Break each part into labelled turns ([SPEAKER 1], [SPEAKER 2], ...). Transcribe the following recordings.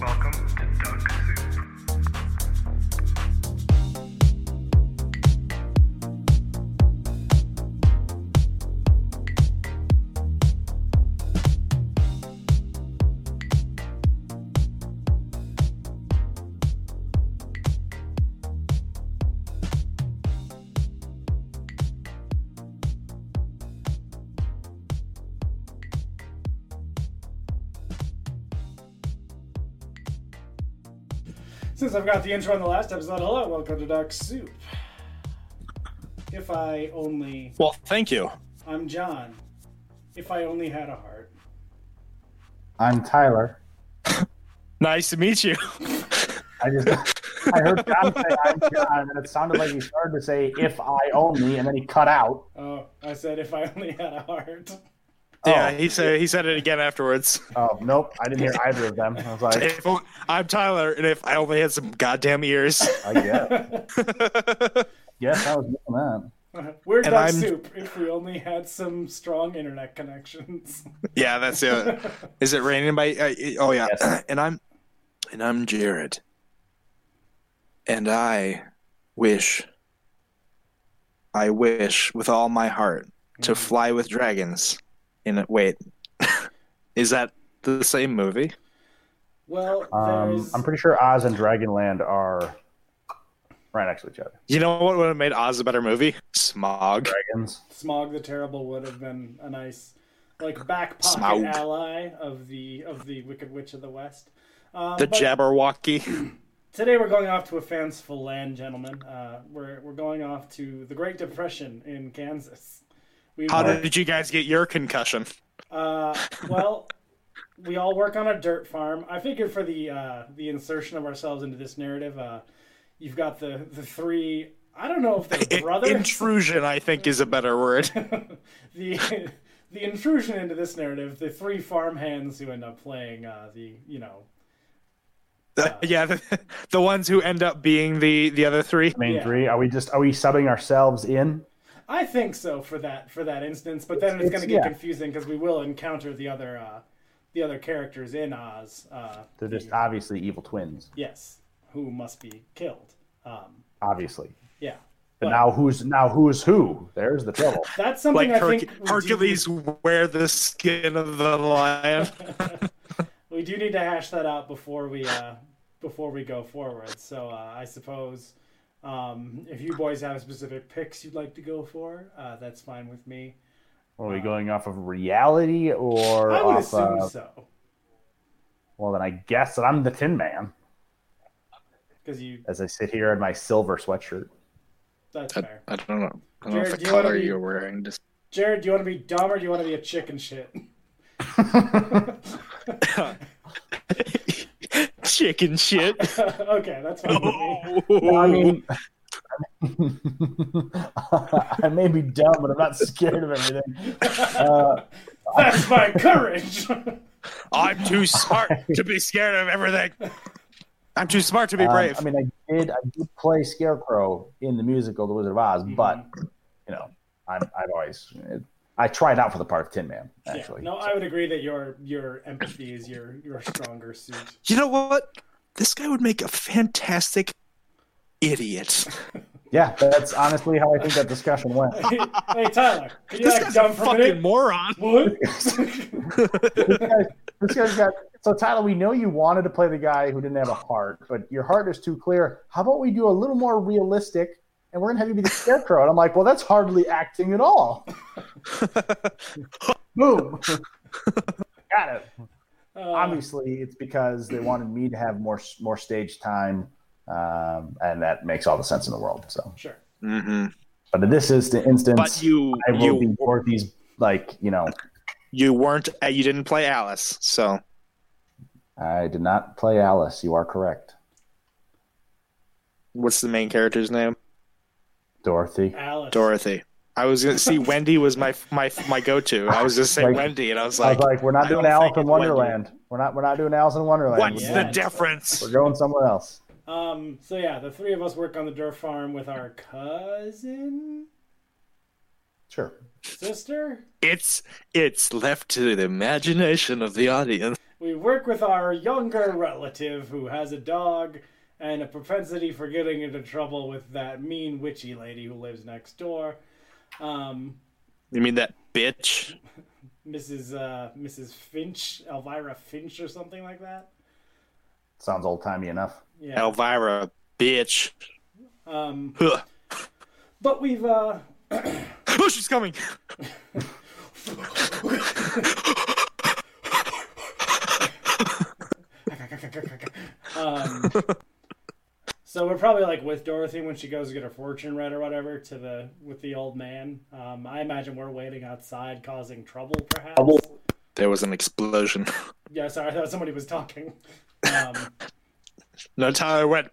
[SPEAKER 1] Welcome to Duck Soup.
[SPEAKER 2] Since I've got the intro in the last episode, hello, welcome to Duck Soup. If I only.
[SPEAKER 3] Well, thank you.
[SPEAKER 2] I'm John. If I only had a heart.
[SPEAKER 4] I'm Tyler.
[SPEAKER 3] Nice to meet you.
[SPEAKER 4] I just I heard John say I'm John, and it sounded like he started to say if I only, and then he cut out.
[SPEAKER 2] Oh, I said if I only had a heart.
[SPEAKER 3] Yeah, he said he said it again afterwards.
[SPEAKER 4] Oh nope, I didn't hear either of them. I was like,
[SPEAKER 3] If o- I'm Tyler, and if I only had some goddamn ears,
[SPEAKER 4] I guess, yes, I was doing that.
[SPEAKER 2] We're Duck
[SPEAKER 3] I'm-
[SPEAKER 2] Soup if we only had some strong internet connections.
[SPEAKER 3] yeah, that's it. Is it raining? By uh, oh yeah,
[SPEAKER 4] Yes.
[SPEAKER 3] and I'm and I'm Jared, and I wish, I wish with all my heart to fly with dragons. In it, wait, is that the same movie?
[SPEAKER 2] Well,
[SPEAKER 4] Um,
[SPEAKER 2] there's.
[SPEAKER 4] I'm pretty sure Oz and Dragonland are right next to each other.
[SPEAKER 3] You know what would have made Oz a better movie? Smog.
[SPEAKER 4] Dragons.
[SPEAKER 2] Smog the Terrible would have been a nice, like, back pocket
[SPEAKER 3] Smaug.
[SPEAKER 2] ally of the of the Wicked Witch of the West. Um,
[SPEAKER 3] The
[SPEAKER 2] but-
[SPEAKER 3] Jabberwocky.
[SPEAKER 2] Today we're going off to a fanciful land, gentlemen. Uh, we're we're going off to the Great Depression in Kansas. We
[SPEAKER 3] How
[SPEAKER 2] work-
[SPEAKER 3] did you guys get your concussion?
[SPEAKER 2] uh, well, we all work on a dirt farm. I figured for the uh, the insertion of ourselves into this narrative, uh, you've got the the three. I don't know if they're brothers.
[SPEAKER 3] Intrusion, I think, is a better word.
[SPEAKER 2] the the intrusion into this narrative, the three farmhands who end up playing uh, the you know
[SPEAKER 3] yeah, the, the ones who end up being the the other three.
[SPEAKER 4] Main
[SPEAKER 2] Yeah.
[SPEAKER 4] three. Are we just are we subbing ourselves in?
[SPEAKER 2] I think so for that for that instance, but then it's,
[SPEAKER 4] It's-
[SPEAKER 2] going to get
[SPEAKER 4] yeah.
[SPEAKER 2] confusing because we will encounter the other uh, the other characters in Oz. Uh,
[SPEAKER 4] They're just obviously evil twins.
[SPEAKER 2] yes, who must be killed. Um,
[SPEAKER 4] Obviously.
[SPEAKER 2] yeah,
[SPEAKER 4] But
[SPEAKER 2] Well-
[SPEAKER 4] now who's now who's who? There's the trouble.
[SPEAKER 2] that's
[SPEAKER 3] Like
[SPEAKER 2] something I
[SPEAKER 3] Herc-
[SPEAKER 2] think we do-
[SPEAKER 3] Hercules wear the skin of the lion.
[SPEAKER 2] we do need to hash that out before we uh, before we go forward. So uh, I suppose um, if you boys have specific picks you'd like to go for, uh, that's fine with me.
[SPEAKER 4] Are we going off of reality or
[SPEAKER 2] I would
[SPEAKER 4] off uh,
[SPEAKER 2] assume
[SPEAKER 4] of
[SPEAKER 2] so
[SPEAKER 4] Well, then I guess that I'm the Tin Man
[SPEAKER 2] because you.
[SPEAKER 4] as I sit here in my silver sweatshirt.
[SPEAKER 2] That's fair.
[SPEAKER 3] I don't know. I don't
[SPEAKER 2] know if Jared, the do you wanna color be- you're
[SPEAKER 3] wearing. Just...
[SPEAKER 2] Jared, do you want to be dumb or do you want to be a chicken shit?
[SPEAKER 3] Chicken shit.
[SPEAKER 2] okay, that's fine. with me.
[SPEAKER 3] Oh.
[SPEAKER 4] I mean, I may be dumb, but I'm not scared of everything. Uh,
[SPEAKER 2] That's my courage.
[SPEAKER 3] I'm too smart to be scared of everything. I'm too smart to be
[SPEAKER 4] um,
[SPEAKER 3] brave.
[SPEAKER 4] I mean, I did, I did play Scarecrow in the musical The Wizard of
[SPEAKER 2] Mm-hmm.
[SPEAKER 4] Oz, but you know, I'm, I've always I tried out for the part of Tin Man.
[SPEAKER 2] yeah.
[SPEAKER 4] Actually,
[SPEAKER 2] No, I would agree that your your empathy is your your stronger suit.
[SPEAKER 3] you know what? This guy would make a fantastic idiot.
[SPEAKER 4] yeah, that's honestly how I think that discussion went.
[SPEAKER 2] hey, Tyler, can you
[SPEAKER 3] This
[SPEAKER 2] act
[SPEAKER 3] guy's a
[SPEAKER 2] dumb for a
[SPEAKER 3] fucking
[SPEAKER 2] minute?
[SPEAKER 3] moron.
[SPEAKER 2] What?
[SPEAKER 4] this, guy, this guy's got. So, Tyler, we know you wanted to play the guy who didn't have a heart, but your heart is too clear. How about we do a little more realistic, and we're gonna have you be the scarecrow? And I'm like, well, that's hardly acting at all. Boom. got it.
[SPEAKER 2] Uh,
[SPEAKER 4] Obviously, it's because they wanted me to have more more stage time, um, and that makes all the sense in the world. So,
[SPEAKER 2] sure.
[SPEAKER 3] Mm-hmm.
[SPEAKER 4] but in this is the instance.
[SPEAKER 3] But you,
[SPEAKER 4] I will
[SPEAKER 3] you,
[SPEAKER 4] be Dorothy's, like you know.
[SPEAKER 3] you weren't. uh, You didn't play Alice, so
[SPEAKER 4] I did not play Alice. You are correct,
[SPEAKER 3] what's the main character's name?
[SPEAKER 4] Dorothy.
[SPEAKER 2] Alice.
[SPEAKER 3] Dorothy. I was gonna see Wendy was my my my go to. I was just saying
[SPEAKER 4] Like-
[SPEAKER 3] Wendy, and I was
[SPEAKER 4] I
[SPEAKER 3] like,
[SPEAKER 4] was like, we're not
[SPEAKER 3] I
[SPEAKER 4] doing
[SPEAKER 3] don't
[SPEAKER 4] Alice
[SPEAKER 3] think
[SPEAKER 4] in
[SPEAKER 3] it's Wendy.
[SPEAKER 4] Wonderland. We're not. We're not doing Alice in Wonderland.
[SPEAKER 3] what's
[SPEAKER 4] We're-
[SPEAKER 3] the
[SPEAKER 2] Yeah.
[SPEAKER 3] difference?
[SPEAKER 4] We're going somewhere else.
[SPEAKER 2] Um. So yeah, the three of us work on the Durr farm with our cousin
[SPEAKER 4] Sure.
[SPEAKER 2] sister.
[SPEAKER 3] It's it's left to the imagination of the audience.
[SPEAKER 2] We work with our younger relative who has a dog and a propensity for getting into trouble with that mean witchy lady who lives next door. Um,
[SPEAKER 3] You mean that bitch?
[SPEAKER 2] Mrs. Uh, Mrs. Finch, Elvira Finch, or something like that.
[SPEAKER 4] Sounds old timey enough.
[SPEAKER 2] Yeah.
[SPEAKER 3] Elvira, bitch.
[SPEAKER 2] Um,
[SPEAKER 3] Huh.
[SPEAKER 2] but we've uh,
[SPEAKER 3] Oh, she's coming.
[SPEAKER 2] um, so we're probably like with Dorothy when she goes to get her fortune read or whatever to the with the old man. Um, I imagine we're waiting outside, causing trouble, perhaps.
[SPEAKER 3] There was an explosion.
[SPEAKER 2] Yeah, sorry, I thought somebody was talking. Um,
[SPEAKER 3] No time I went.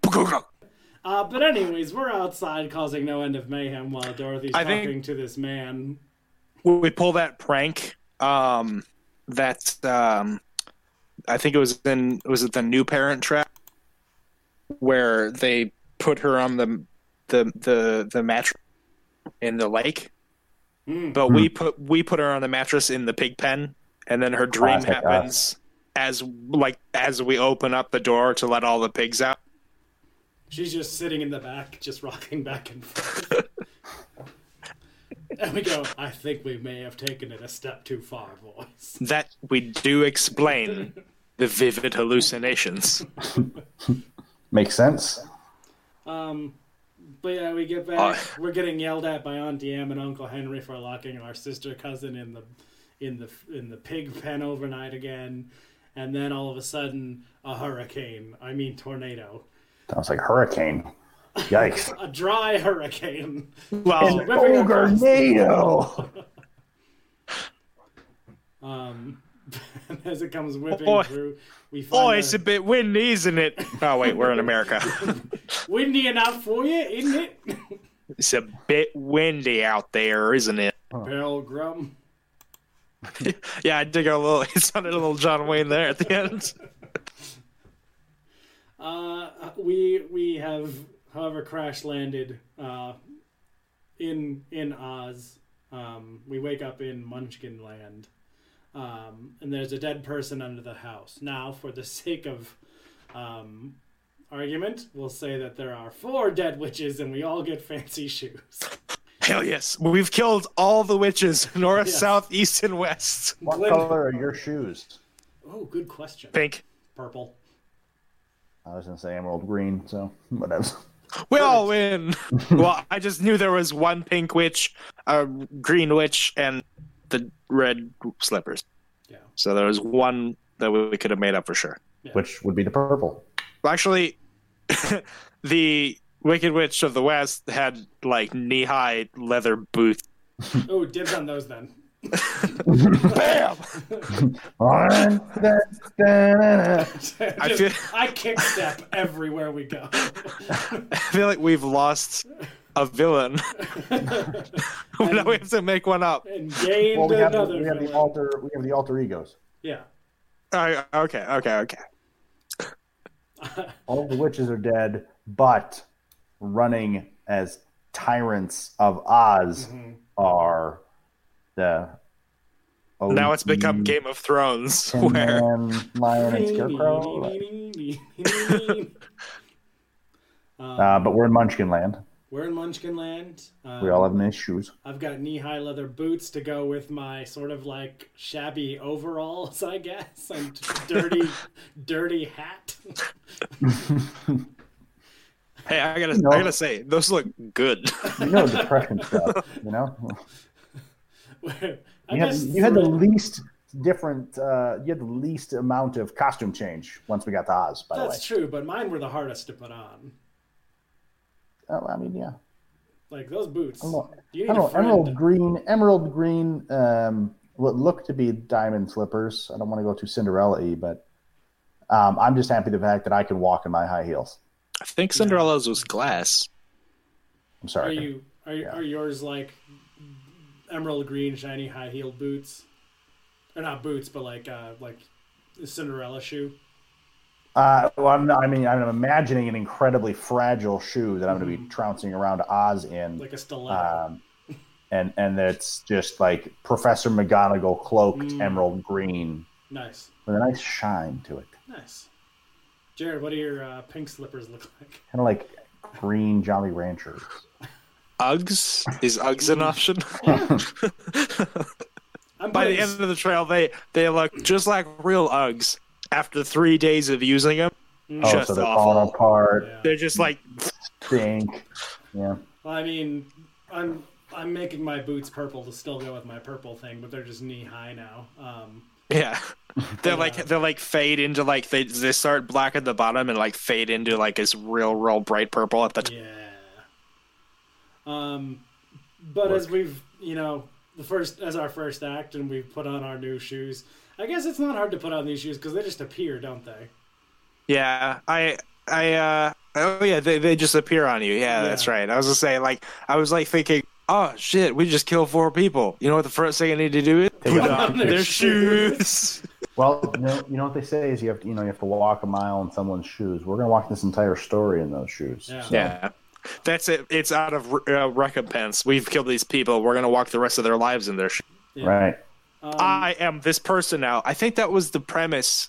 [SPEAKER 2] uh, but anyways, we're outside, causing no end of mayhem while Dorothy's
[SPEAKER 3] I
[SPEAKER 2] talking
[SPEAKER 3] think-
[SPEAKER 2] to this man.
[SPEAKER 3] When we pull that prank, um, that's um, I think it was in was it the New Parent Trap, where they put her on the the the the mattress in the lake,
[SPEAKER 2] Mm.
[SPEAKER 3] but we put we put her on the mattress in the pig pen, and then her dream
[SPEAKER 4] Classic us.
[SPEAKER 3] happens as like as we open up the door to let all the pigs out.
[SPEAKER 2] She's just sitting in the back, just rocking back and forth. and we go, I think we may have taken it a step too far, boys.
[SPEAKER 3] That we do explain the vivid hallucinations.
[SPEAKER 4] Makes sense.
[SPEAKER 2] Um, but yeah, we get back.
[SPEAKER 3] Uh.
[SPEAKER 2] We're getting yelled at by Auntie Em and Uncle Henry for locking our sister cousin in the in the in the pig pen overnight again. And then all of a sudden, a hurricane. I mean, tornado.
[SPEAKER 4] Sounds like hurricane. Yikes.
[SPEAKER 2] A dry hurricane.
[SPEAKER 3] Well,
[SPEAKER 2] Ripping across the-
[SPEAKER 4] Ogrenado.
[SPEAKER 2] Um, as it comes whipping
[SPEAKER 3] Oi.
[SPEAKER 2] through, we find
[SPEAKER 3] oh,
[SPEAKER 2] a-
[SPEAKER 3] it's a bit windy, isn't it? Oh wait, we're in America.
[SPEAKER 2] windy enough for you, isn't it?
[SPEAKER 3] It's a bit windy out there, isn't it?
[SPEAKER 2] Pilgrim.
[SPEAKER 3] Yeah, I did go a little. It sounded a little John Wayne there at the end.
[SPEAKER 2] Uh, we we have, however, crash landed uh, in in Oz. Um, we wake up in Munchkin Land, um, and there's a dead person under the house. Now, for the sake of um, argument, we'll say that there are four dead witches, and we all get fancy shoes.
[SPEAKER 3] Hell yes, we've killed all the witches, north,
[SPEAKER 2] Yes.
[SPEAKER 3] south, east, and west.
[SPEAKER 4] What
[SPEAKER 2] Glen-
[SPEAKER 4] color are your shoes?
[SPEAKER 2] Oh, good question.
[SPEAKER 3] Pink.
[SPEAKER 2] Purple.
[SPEAKER 4] I was gonna say emerald green, so whatever.
[SPEAKER 3] We all win. well, I just knew there was one pink witch, a green witch, and the red slippers.
[SPEAKER 2] Yeah.
[SPEAKER 3] So there was one that we could have made up for sure.
[SPEAKER 4] Which would be the purple.
[SPEAKER 3] Well, Actually, the Wicked Witch of the West had like knee-high leather boots.
[SPEAKER 2] Oh, dibs on those then.
[SPEAKER 3] Bam!
[SPEAKER 4] Dun, dun, dun, dun.
[SPEAKER 2] Just-
[SPEAKER 3] I
[SPEAKER 2] I,
[SPEAKER 3] feel-
[SPEAKER 2] kick step everywhere we go.
[SPEAKER 3] I feel like we've lost a villain. now we have to make one up.
[SPEAKER 2] and gained
[SPEAKER 4] Well, we have, the,
[SPEAKER 2] another.
[SPEAKER 4] we have the
[SPEAKER 2] villain.
[SPEAKER 4] alter. We have the alter egos.
[SPEAKER 2] yeah.
[SPEAKER 3] I- okay, okay, okay.
[SPEAKER 4] All the witches are dead, but running as tyrants of Oz
[SPEAKER 2] Mm-hmm.
[SPEAKER 4] are the.
[SPEAKER 3] Now it's become
[SPEAKER 4] Mm.
[SPEAKER 3] Game of Thrones,
[SPEAKER 4] Tin
[SPEAKER 3] where
[SPEAKER 4] Man, Lion, and Scarecrow.
[SPEAKER 2] um,
[SPEAKER 4] Uh, but we're in Munchkin Land.
[SPEAKER 2] we're in Munchkin Land. Um,
[SPEAKER 4] We all have nice shoes.
[SPEAKER 2] I've got knee-high leather boots to go with my sort of like shabby overalls, I guess, and dirty, dirty hat.
[SPEAKER 3] hey, I gotta,
[SPEAKER 4] No.
[SPEAKER 3] I gotta say, those look good.
[SPEAKER 4] You know, depression stuff. You know,
[SPEAKER 2] I
[SPEAKER 4] you had,
[SPEAKER 2] guess
[SPEAKER 4] you had the
[SPEAKER 2] three-
[SPEAKER 4] least different. Uh, you had the least amount of costume change once we got to Oz. By the way,
[SPEAKER 2] That's true, but mine were the hardest to put on.
[SPEAKER 4] oh, I mean, yeah.
[SPEAKER 2] Like those boots.
[SPEAKER 4] Emerald,
[SPEAKER 2] You need a
[SPEAKER 4] emerald,
[SPEAKER 2] friend.
[SPEAKER 4] emerald green, emerald green. Um, what look to be diamond slippers. I don't want to go too Cinderella-y, but um, I'm just happy the fact that I can walk in my high heels.
[SPEAKER 3] I think Cinderella's was glass.
[SPEAKER 4] I'm
[SPEAKER 2] Are
[SPEAKER 4] sorry.
[SPEAKER 2] you are, are yours like emerald green shiny high heeled boots? Or not boots, but like uh like the Cinderella shoe.
[SPEAKER 4] Uh, well, I'm not, I mean, I'm imagining an incredibly fragile shoe that I'm going to be trouncing around Oz in.
[SPEAKER 2] Mm-hmm. Like a stiletto.
[SPEAKER 4] um, and and it's just like Professor McGonagall cloaked
[SPEAKER 2] Mm.
[SPEAKER 4] emerald green
[SPEAKER 2] Nice.
[SPEAKER 4] with a nice shine to it,
[SPEAKER 2] Nice. Jared, what do your uh, pink slippers look like?
[SPEAKER 4] kind of like green Jolly Ranchers.
[SPEAKER 3] Uggs? Is Uggs an option?
[SPEAKER 2] I'm
[SPEAKER 3] By
[SPEAKER 2] putting
[SPEAKER 3] the end of the trail, they, they look just like real Uggs. After three days of using them,
[SPEAKER 2] Mm.
[SPEAKER 4] Oh,
[SPEAKER 3] just
[SPEAKER 4] so they're falling
[SPEAKER 3] awful.
[SPEAKER 4] apart.
[SPEAKER 2] Yeah.
[SPEAKER 3] They're just like,
[SPEAKER 4] Stink. Yeah.
[SPEAKER 2] Well, I mean, I'm I'm making my boots purple to still go with my purple thing, but they're just knee high now. Um,
[SPEAKER 3] yeah. They're like they're like fade into like they they start black at the bottom and like fade into like this real real bright purple at the top.
[SPEAKER 2] yeah. Um, but as we've you know the first as our first act, and we've put on our new shoes. I guess it's not hard to put on these shoes because they just appear, don't they?
[SPEAKER 3] Yeah, I, I, uh, oh yeah, they, they just appear on you. Yeah, that's
[SPEAKER 2] Yeah.
[SPEAKER 3] right. I was just saying, like, I was like thinking, oh shit, we just killed four people. You know what the first thing I need to do is
[SPEAKER 4] Take
[SPEAKER 3] put
[SPEAKER 4] off
[SPEAKER 3] on
[SPEAKER 2] their
[SPEAKER 3] their shoes.
[SPEAKER 4] Well, you know, you know what they say is you have to, you know you have to walk a mile in someone's shoes. We're gonna walk this entire story in those shoes.
[SPEAKER 2] Yeah.
[SPEAKER 4] So,
[SPEAKER 3] yeah, that's it. It's out of uh, recompense. We've killed these people. We're gonna walk the rest of their lives in their. Sh-
[SPEAKER 2] Yeah.
[SPEAKER 4] Right.
[SPEAKER 2] Um,
[SPEAKER 3] I am this person now. I think that was the premise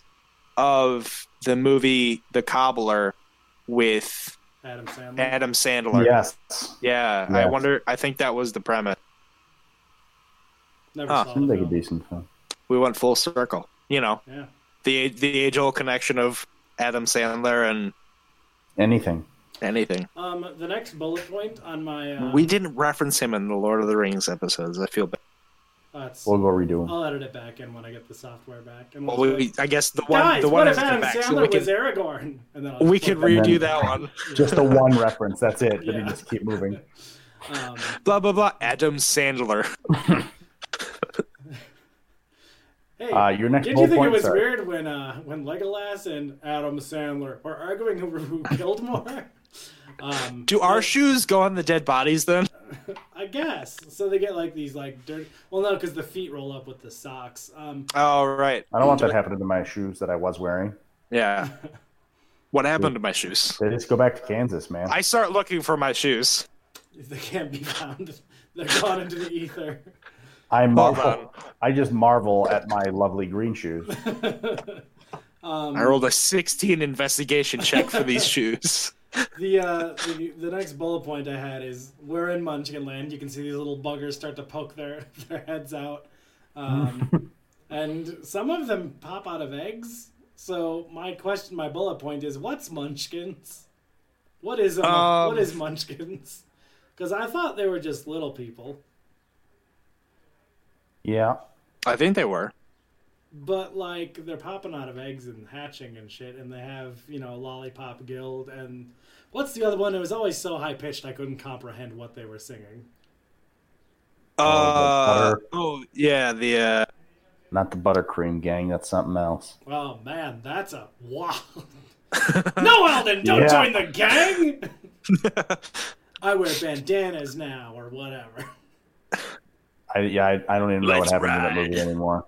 [SPEAKER 3] of the movie The Cobbler with
[SPEAKER 2] Adam Sandler.
[SPEAKER 3] Adam Sandler.
[SPEAKER 4] Yes.
[SPEAKER 3] Yeah, I
[SPEAKER 4] Yes.
[SPEAKER 3] wonder. I think that was the premise.
[SPEAKER 2] Never
[SPEAKER 3] Ah.
[SPEAKER 2] saw
[SPEAKER 4] Seems
[SPEAKER 2] the
[SPEAKER 4] like a
[SPEAKER 2] film.
[SPEAKER 4] decent film.
[SPEAKER 3] we went full circle. You know,
[SPEAKER 2] Yeah.
[SPEAKER 3] the the age old connection of Adam Sandler and
[SPEAKER 4] Anything.
[SPEAKER 3] anything.
[SPEAKER 2] Um, the next bullet point on my uh,
[SPEAKER 3] We didn't reference him in the Lord of the Rings episodes. I feel bad.
[SPEAKER 2] uh, it's-
[SPEAKER 4] We'll go redo them.
[SPEAKER 2] I'll edit it back in when I get the software back. And
[SPEAKER 3] Well,
[SPEAKER 2] we'll-
[SPEAKER 3] we, I guess the one
[SPEAKER 2] Guys,
[SPEAKER 3] the
[SPEAKER 2] what
[SPEAKER 3] one
[SPEAKER 2] if
[SPEAKER 3] has to
[SPEAKER 2] Adam
[SPEAKER 3] come back, so
[SPEAKER 2] Sandler
[SPEAKER 3] we
[SPEAKER 2] was
[SPEAKER 3] can
[SPEAKER 2] Aragorn? And then I'll
[SPEAKER 3] we
[SPEAKER 2] just
[SPEAKER 3] can
[SPEAKER 2] put that-
[SPEAKER 3] redo that one.
[SPEAKER 4] Just the one reference. That's it. Then
[SPEAKER 2] Yeah.
[SPEAKER 4] you just keep moving.
[SPEAKER 2] Um,
[SPEAKER 3] Blah blah blah. Adam Sandler.
[SPEAKER 2] hey,
[SPEAKER 4] Uh, your next
[SPEAKER 2] did you
[SPEAKER 4] bullet
[SPEAKER 2] think it
[SPEAKER 4] point,
[SPEAKER 2] was
[SPEAKER 4] sorry.
[SPEAKER 2] weird when uh, when Legolas and Adam Sandler were arguing who, who killed more? Um,
[SPEAKER 3] Do our shoes go on the dead bodies then?
[SPEAKER 2] I guess so. They get like these like dirty. Well, no, because the feet roll up with the socks. Um,
[SPEAKER 3] Oh right.
[SPEAKER 4] I don't want that happening to my shoes that I was wearing.
[SPEAKER 3] Yeah. What happened to my shoes?
[SPEAKER 4] They just go back to Kansas, man.
[SPEAKER 3] I start looking for my shoes.
[SPEAKER 2] they can't be found. They're gone into the ether.
[SPEAKER 4] I
[SPEAKER 3] on.
[SPEAKER 4] marvel. I just marvel at my lovely green shoes.
[SPEAKER 3] I rolled a 16 investigation check for these shoes.
[SPEAKER 2] The, uh, the the next bullet point I had is we're in Munchkinland. You can see these little buggers start to poke their their heads out, um, and some of them pop out of eggs. So my question, my bullet point is, what's Munchkins? What is a, mun-
[SPEAKER 3] Um.
[SPEAKER 2] what is Munchkins? Because I thought they were just little people,
[SPEAKER 4] Yeah.
[SPEAKER 3] I think they were.
[SPEAKER 2] but like they're popping out of eggs and hatching and shit, and they have you know lollipop guild and what's the other one? It was always so high pitched I couldn't comprehend what they were singing.
[SPEAKER 4] the
[SPEAKER 3] Uh,
[SPEAKER 4] butter.
[SPEAKER 3] oh yeah, the uh,
[SPEAKER 4] Not the buttercream gang. That's something else.
[SPEAKER 2] Oh man, that's a wow. no, Alden, don't
[SPEAKER 4] Yeah.
[SPEAKER 2] join the gang. I wear bandanas now, or whatever.
[SPEAKER 4] I yeah. I, I don't even know
[SPEAKER 3] Let's
[SPEAKER 4] what happened to
[SPEAKER 3] ride.
[SPEAKER 4] that movie anymore.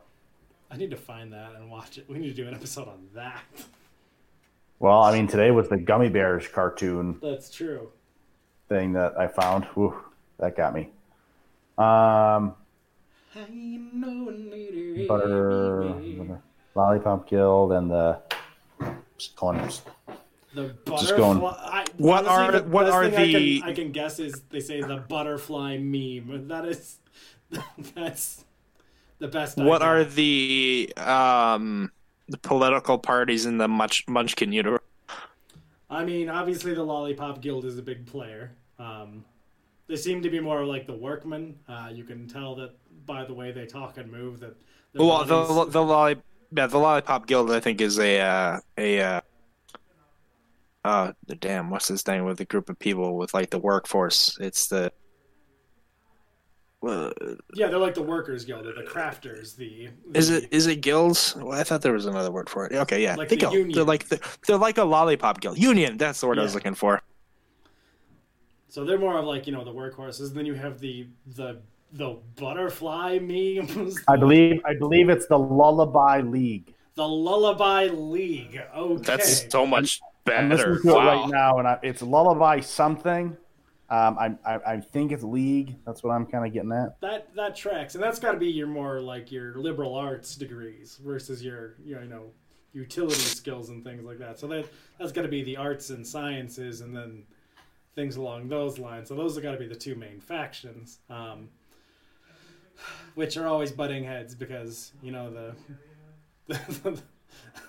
[SPEAKER 2] I need to find that and watch it. We need to do an episode on that.
[SPEAKER 4] Well, I mean, today was the gummy bears cartoon
[SPEAKER 2] That's true.
[SPEAKER 4] thing that I found. Whew, that got me. Um,
[SPEAKER 2] Ain't no need to
[SPEAKER 4] butter,
[SPEAKER 2] be-
[SPEAKER 4] lollipop guild, and the just calling it-
[SPEAKER 2] The
[SPEAKER 4] Just
[SPEAKER 2] butterfly.
[SPEAKER 4] going-
[SPEAKER 2] I,
[SPEAKER 3] What
[SPEAKER 2] honestly,
[SPEAKER 3] are-
[SPEAKER 2] the
[SPEAKER 3] what
[SPEAKER 2] best
[SPEAKER 3] are
[SPEAKER 2] thing I can-
[SPEAKER 3] the-
[SPEAKER 2] I can guess is they say the butterfly meme. That is. That's the best. I
[SPEAKER 3] what
[SPEAKER 2] got.
[SPEAKER 3] are the um the political parties in the Munch- Munchkin universe?
[SPEAKER 2] I mean, obviously the Lollipop Guild is a big player. Um, they seem to be more like the workmen. Uh, you can tell that by the way they talk and move that. their
[SPEAKER 3] Well, the
[SPEAKER 2] bodies-
[SPEAKER 3] lo- the lolli- yeah, the lollipop guild I think is a uh, a uh, uh damn what's this thing with a group of people with like the workforce? It's the uh, well,
[SPEAKER 2] yeah, they're like the workers guild, they're the crafters, the, the
[SPEAKER 3] is it is it guilds? Well, I thought there was another word for it. Okay, yeah,
[SPEAKER 2] Like
[SPEAKER 3] the
[SPEAKER 2] the
[SPEAKER 3] guild.
[SPEAKER 2] union.
[SPEAKER 3] They're like the, they're like a lollipop guild union. That's the word I was
[SPEAKER 2] Yeah.
[SPEAKER 3] looking for.
[SPEAKER 2] So they're more of like you know the workhorses. Then you have the the the butterfly memes,
[SPEAKER 4] I believe I believe it's the Lullaby League.
[SPEAKER 2] the Lullaby League. Okay,
[SPEAKER 3] That's so much better.
[SPEAKER 4] I'm listening to it right now, and I, it's Lullaby something, Um, I, I, I think it's league. That's what I'm kind of getting at.
[SPEAKER 2] That that tracks, and that's got to be your more like your liberal arts degrees versus your you know utility skills and things like that. So that that's got to be the arts and sciences, and then things along those lines. So those have got to be the two main factions, um, which are always butting heads because you know the. The,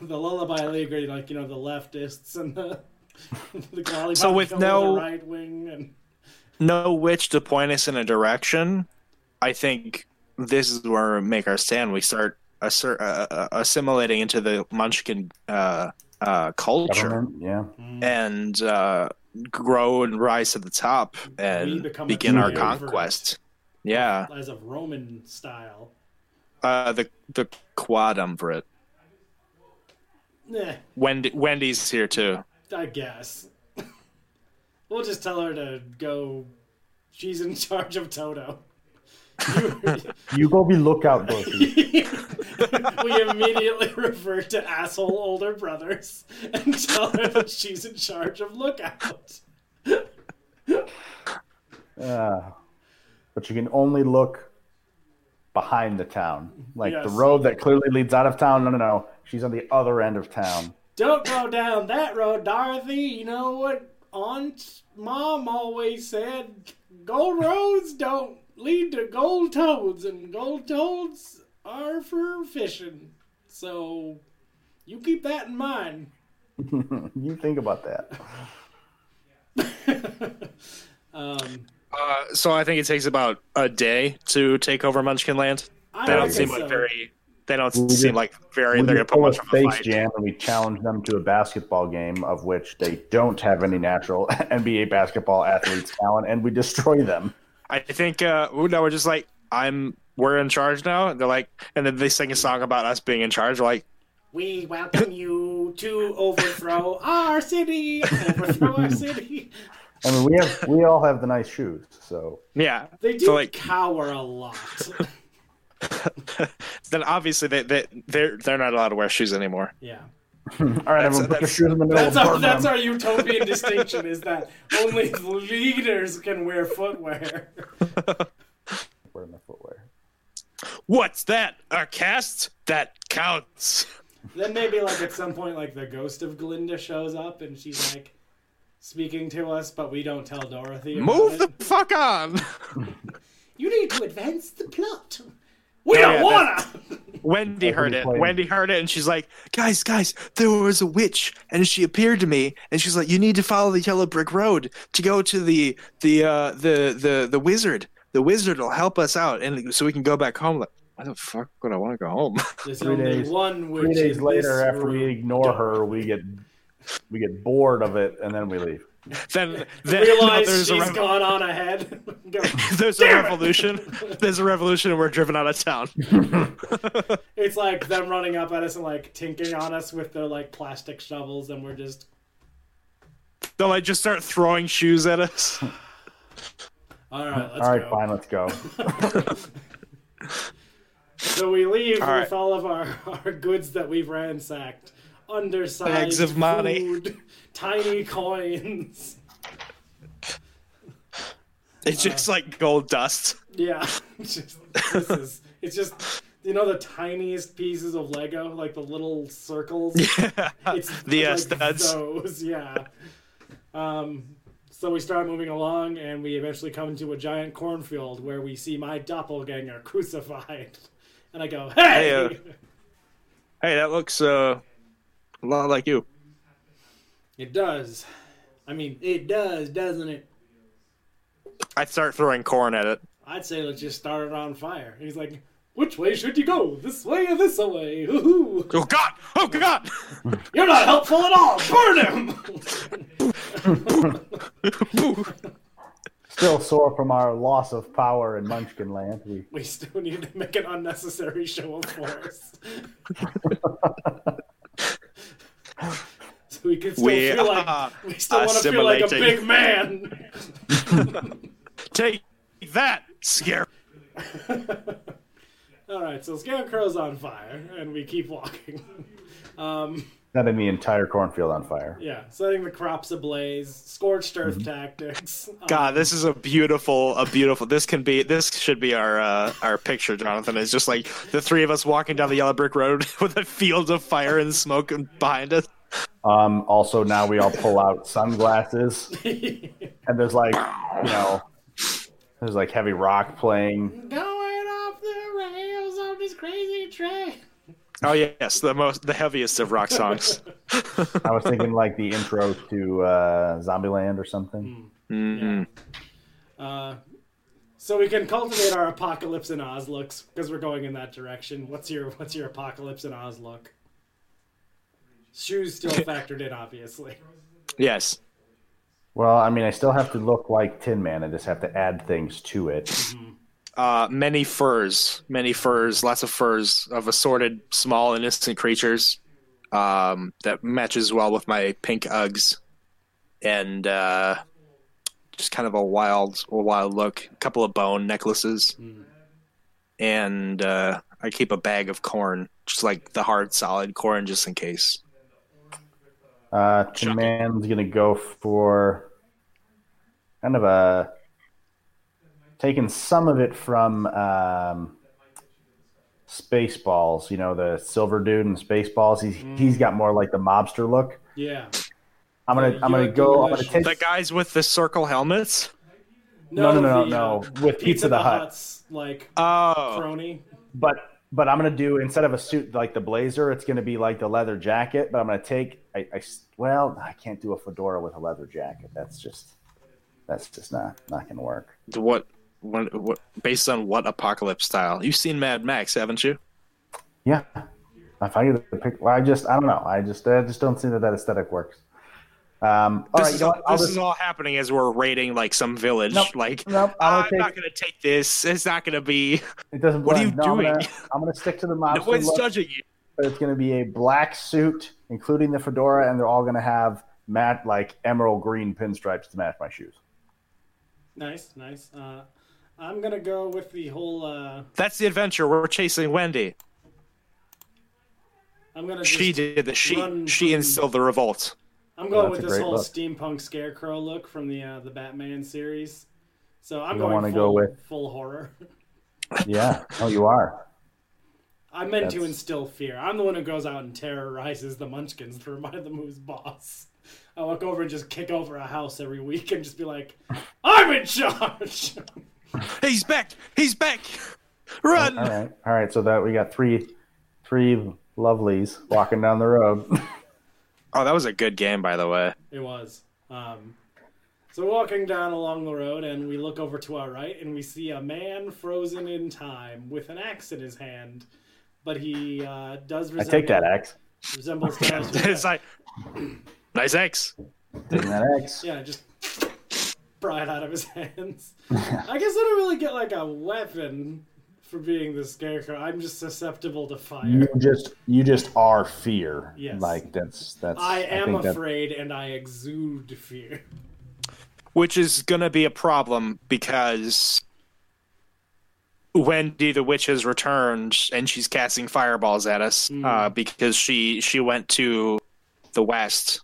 [SPEAKER 2] lullaby league are like you know the leftists and the the golly
[SPEAKER 3] So with
[SPEAKER 2] pops, you know,
[SPEAKER 3] no-
[SPEAKER 2] the right wing and
[SPEAKER 3] know which to point us in a direction, I think this is where we make our stand. We start assert, uh, uh, assimilating into the Munchkin uh, uh, culture
[SPEAKER 4] Government, Yeah.
[SPEAKER 3] Mm. and uh, grow and rise to the top
[SPEAKER 2] We
[SPEAKER 3] and
[SPEAKER 2] become a
[SPEAKER 3] begin our
[SPEAKER 2] slave for it.
[SPEAKER 3] conquest. Yeah,
[SPEAKER 2] as of Roman style.
[SPEAKER 3] uh, the the quadumvirate.
[SPEAKER 2] Eh,
[SPEAKER 3] Wendy, Wendy's here too.
[SPEAKER 2] I guess. we'll just tell her to go. She's in charge of Toto. You-
[SPEAKER 4] You go be lookout, Dorothy.
[SPEAKER 2] we immediately refer to asshole older brothers and tell her that she's in charge of Lookout.
[SPEAKER 4] uh, but you can only look behind the town, like the
[SPEAKER 2] Yes.
[SPEAKER 4] road that clearly leads out of town. No, no, no. She's on the other end of town.
[SPEAKER 2] Don't go down that road, Dorothy. You know what Aunt Mom always said? Gold roads don't lead to gold toads, and gold toads are for fishing. So you keep that in mind.
[SPEAKER 4] you think about that.
[SPEAKER 2] um,
[SPEAKER 3] Uh, so I think it takes about a day to take over Munchkin Land.
[SPEAKER 2] I
[SPEAKER 3] They don't
[SPEAKER 2] reckon
[SPEAKER 3] seem like
[SPEAKER 2] so.
[SPEAKER 3] very. They don't
[SPEAKER 4] We
[SPEAKER 3] seem
[SPEAKER 4] just-
[SPEAKER 3] like very.
[SPEAKER 4] We
[SPEAKER 3] They're
[SPEAKER 4] do
[SPEAKER 3] gonna put
[SPEAKER 4] full
[SPEAKER 3] much
[SPEAKER 4] of
[SPEAKER 3] of a
[SPEAKER 4] Space
[SPEAKER 3] fight.
[SPEAKER 4] Jam, and we challenge them to a basketball game of which they don't have any natural NBA basketball athletes talent, and we destroy them.
[SPEAKER 3] I think uh ooh, no, we're just like I'm we're in charge now. They're like and then they sing a song about us being in charge. We're like
[SPEAKER 2] We welcome you to overthrow our city. Overthrow our city.
[SPEAKER 4] I mean, we have we all have the nice shoes, so
[SPEAKER 3] yeah.
[SPEAKER 2] They do
[SPEAKER 3] So like
[SPEAKER 2] cower a lot.
[SPEAKER 3] then obviously they they they're they're not allowed to wear shoes anymore.
[SPEAKER 2] Yeah.
[SPEAKER 4] all right,
[SPEAKER 3] That's-
[SPEAKER 4] everyone, put your
[SPEAKER 3] that's-
[SPEAKER 4] shoes in the middle.
[SPEAKER 2] That's
[SPEAKER 4] and
[SPEAKER 2] our
[SPEAKER 4] burn
[SPEAKER 2] that's
[SPEAKER 4] them.
[SPEAKER 2] our utopian distinction is that only the leaders can wear footwear.
[SPEAKER 4] Burn their footwear.
[SPEAKER 3] What's that? A cast? That counts.
[SPEAKER 2] Then maybe like at some point like the ghost of Glinda shows up and she's like speaking to us, but we don't tell Dorothy. about
[SPEAKER 3] Move
[SPEAKER 2] it.
[SPEAKER 3] the fuck on.
[SPEAKER 2] You need to advance the plot.
[SPEAKER 4] Oh,
[SPEAKER 2] We
[SPEAKER 3] Yeah,
[SPEAKER 2] don't
[SPEAKER 3] yeah,
[SPEAKER 2] wanna
[SPEAKER 3] Wendy heard it.
[SPEAKER 4] playing.
[SPEAKER 3] Wendy heard it and she's like, "Guys, guys, there was a witch and she appeared to me and she's like, "You need to follow the yellow brick road to go to the the uh the the the wizard. The wizard will help us out and so we can go back home." Like, why the fuck would I want to go home?
[SPEAKER 2] There's
[SPEAKER 4] Three
[SPEAKER 2] only
[SPEAKER 4] days-
[SPEAKER 2] one which
[SPEAKER 4] Three
[SPEAKER 2] is
[SPEAKER 4] days later,
[SPEAKER 2] this
[SPEAKER 4] after we
[SPEAKER 2] room.
[SPEAKER 4] ignore her, we get we get bored of it, and then we leave.
[SPEAKER 3] then then
[SPEAKER 2] realize
[SPEAKER 3] there's,
[SPEAKER 2] she's
[SPEAKER 3] a rev-
[SPEAKER 2] gone on ahead. Go,
[SPEAKER 3] there's a revolution. there's a revolution and we're driven out of town.
[SPEAKER 2] it's like them running up at us and like tinking on us with their like plastic shovels, and we're just
[SPEAKER 3] They'll like just start throwing shoes at us.
[SPEAKER 2] all right. Let's
[SPEAKER 4] all right,
[SPEAKER 2] go.
[SPEAKER 4] fine, let's go.
[SPEAKER 2] So we leave
[SPEAKER 3] All
[SPEAKER 2] with
[SPEAKER 3] right.
[SPEAKER 2] all of our, our goods that we've ransacked, undersized
[SPEAKER 3] Bags of money.
[SPEAKER 2] food, tiny coins.
[SPEAKER 3] It's just like gold dust.
[SPEAKER 2] Yeah, it's just, this is it's just you know the tiniest pieces of Lego, like the little circles. It's
[SPEAKER 3] The, uh,
[SPEAKER 2] like
[SPEAKER 3] studs.
[SPEAKER 2] Those, yeah. Um, so we start moving along, and we eventually come to a giant cornfield where we see my doppelganger crucified. And I go,
[SPEAKER 3] Hey, uh,
[SPEAKER 2] "Hey,
[SPEAKER 3] hey, that looks uh, a lot like you.
[SPEAKER 2] it does. I mean, it does, doesn't it?"
[SPEAKER 3] I'd start throwing corn at it.
[SPEAKER 2] I'd say let's just start it on fire. He's like, which way should you go? This way or this way? Hoo-hoo.
[SPEAKER 3] Oh God! Oh God!
[SPEAKER 2] You're not helpful at all. Burn him.
[SPEAKER 4] Still sore from our loss of power in Munchkin Land. We
[SPEAKER 2] we still need to make an unnecessary show of force. so we can still
[SPEAKER 3] We
[SPEAKER 2] feel like
[SPEAKER 3] are
[SPEAKER 2] we still want to feel like a
[SPEAKER 3] assimilating.
[SPEAKER 2] big man.
[SPEAKER 3] Take that, scare.
[SPEAKER 2] all right, so Scarecrow's on fire, and we keep walking. Um,
[SPEAKER 4] setting the entire cornfield on fire.
[SPEAKER 2] Yeah, setting the crops ablaze, scorched earth tactics. Um,
[SPEAKER 3] God, this is a beautiful, a beautiful. This can be, this should be our uh, our picture, Jonathan. It's just like the three of us walking down the yellow brick road with a field of fire and smoke behind us.
[SPEAKER 4] Um, also, now we all pull out sunglasses, and there's like, you know, there's like heavy rock playing.
[SPEAKER 2] Going off the rails on this crazy train.
[SPEAKER 3] Oh yes, the most, the heaviest of rock songs.
[SPEAKER 4] I was thinking like the intro to uh, Zombieland or
[SPEAKER 2] Hmm.
[SPEAKER 4] something.
[SPEAKER 3] Mm.
[SPEAKER 2] Uh, so we can cultivate our apocalypse in Oz looks because we're going in that direction. What's your What's your apocalypse in Oz look? Shoes still factored in, obviously.
[SPEAKER 3] Yes.
[SPEAKER 4] Well, I mean, I still have to look like Tin Man. I just have to add things to it.
[SPEAKER 3] Uh, many furs, many furs, lots of furs of assorted small innocent creatures. Um, that matches well with my pink Uggs, and uh, just kind of a wild, a wild look. A couple of bone necklaces, and uh, I keep a bag of corn, just like the hard, solid corn, just in case.
[SPEAKER 4] Uh, Tin Man's gonna go for kind of a taking some of it from um, Spaceballs. You know, the silver dude in Spaceballs. He's he's got more like the mobster look.
[SPEAKER 2] Yeah.
[SPEAKER 4] I'm gonna
[SPEAKER 2] Yeah,
[SPEAKER 4] I'm gonna
[SPEAKER 2] you
[SPEAKER 4] go. I'm
[SPEAKER 2] wish.
[SPEAKER 4] gonna take
[SPEAKER 3] The guys with the circle helmets.
[SPEAKER 4] no no no no,
[SPEAKER 2] the,
[SPEAKER 4] no.
[SPEAKER 2] uh,
[SPEAKER 4] with Pizza the Hut,
[SPEAKER 2] Hut's like
[SPEAKER 3] Oh,
[SPEAKER 2] crony.
[SPEAKER 4] but but I'm gonna do instead of a suit like the blazer, it's gonna be like the leather jacket. But I'm gonna take I, I s- well I can't do a fedora with a leather jacket. That's just that's just not not gonna work.
[SPEAKER 3] what? What, what, based on what apocalypse style? You've seen Mad Max, haven't you?
[SPEAKER 4] Yeah. I find the pic. Well, I just, I don't know. I just, I just don't see that that aesthetic works. Um, all
[SPEAKER 3] this
[SPEAKER 4] right, you
[SPEAKER 3] is,
[SPEAKER 4] know
[SPEAKER 3] all,
[SPEAKER 4] what? I'll
[SPEAKER 3] this
[SPEAKER 4] just-
[SPEAKER 3] is all happening as we're raiding like some village.
[SPEAKER 4] Nope,
[SPEAKER 3] like
[SPEAKER 4] nope, I'm
[SPEAKER 3] I'm
[SPEAKER 4] gonna
[SPEAKER 3] not
[SPEAKER 4] take-
[SPEAKER 3] gonna take this. It's not gonna be.
[SPEAKER 4] it doesn't.
[SPEAKER 3] what are
[SPEAKER 4] blend.
[SPEAKER 3] you
[SPEAKER 4] No, I'm
[SPEAKER 3] doing?
[SPEAKER 4] gonna, I'm gonna stick to the
[SPEAKER 3] No
[SPEAKER 4] mobster
[SPEAKER 3] one's
[SPEAKER 4] look,
[SPEAKER 3] judging you.
[SPEAKER 4] but it's gonna be a black suit, including the fedora, and they're all gonna have matte like emerald green pinstripes to match my shoes.
[SPEAKER 2] Nice, nice. Uh, I'm gonna go with the whole. Uh,
[SPEAKER 3] That's the adventure. We're chasing Wendy.
[SPEAKER 2] I'm gonna.
[SPEAKER 3] She
[SPEAKER 2] just-
[SPEAKER 3] did this. She
[SPEAKER 2] run
[SPEAKER 3] she
[SPEAKER 2] from-
[SPEAKER 3] instilled the revolt.
[SPEAKER 2] I'm going
[SPEAKER 4] that's
[SPEAKER 2] with
[SPEAKER 4] a
[SPEAKER 2] this
[SPEAKER 4] great
[SPEAKER 2] whole
[SPEAKER 4] look.
[SPEAKER 2] steampunk scarecrow look from the uh, the Batman series. So I'm
[SPEAKER 4] You don't
[SPEAKER 2] going
[SPEAKER 4] wanna
[SPEAKER 2] to
[SPEAKER 4] go with-
[SPEAKER 2] full horror.
[SPEAKER 4] Yeah. Oh, you are.
[SPEAKER 2] I meant to
[SPEAKER 4] That's-
[SPEAKER 2] instill fear. I'm the one who goes out and terrorizes the Munchkins to remind them who's boss. I walk over and just kick over a house every week and just be like, "I'm in charge."
[SPEAKER 3] He's back. He's back. Run.
[SPEAKER 4] All right. All right. So that we got three, three lovelies walking down the road.
[SPEAKER 3] Oh, that was a good game, by the way.
[SPEAKER 2] It was. Um, so we're walking down along the road, and we look over to our right, and we see a man frozen in time with an axe in his hand, but he uh, does
[SPEAKER 4] I
[SPEAKER 2] resemble,
[SPEAKER 4] take that axe.
[SPEAKER 2] resembles Thanos. with
[SPEAKER 3] it's
[SPEAKER 2] that-
[SPEAKER 3] like nice X.
[SPEAKER 4] Taking that axe.
[SPEAKER 2] yeah, just pry it out of his hands. I guess I don't really get like a weapon for being the scarecrow. I'm just susceptible to
[SPEAKER 4] You
[SPEAKER 2] fire.
[SPEAKER 4] just you just are fear.
[SPEAKER 2] Yes.
[SPEAKER 4] Like that's that's
[SPEAKER 2] I am
[SPEAKER 4] think that-
[SPEAKER 2] afraid, and I exude fear.
[SPEAKER 3] which is going to be a problem because Wendy the witch has returned and she's casting fireballs at us uh, because she she went to the west.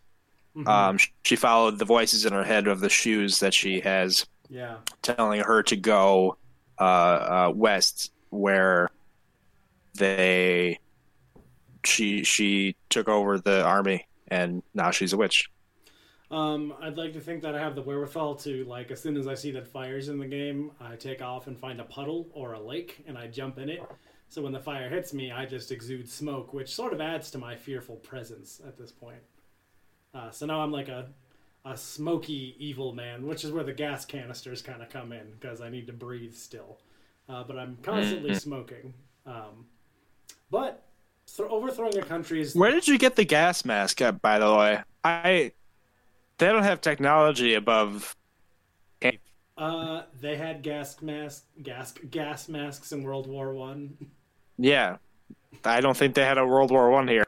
[SPEAKER 3] Um, sh- she followed the voices in her head of the shoes that she has
[SPEAKER 2] Yeah.
[SPEAKER 3] telling her to go uh, uh, west, where they she she took over the army and now she's a witch.
[SPEAKER 2] Um, I'd like to think that I have the wherewithal to, like, as soon as I see that fire's in the game, I take off and find a puddle or a lake and I jump in it. So when the fire hits me, I just exude smoke, which sort of adds to my fearful presence at this point. Uh, so now I'm like a, a smoky evil man, which is where the gas canisters kind of come in because I need to breathe still. Uh, but I'm constantly smoking. Um, but th- overthrowing a country is
[SPEAKER 3] Where did you get the gas mask at, by the way? I they don't have technology above
[SPEAKER 2] Uh, they had gas mask, gas gas masks in World War One.
[SPEAKER 3] yeah. I don't think they had a World War One here.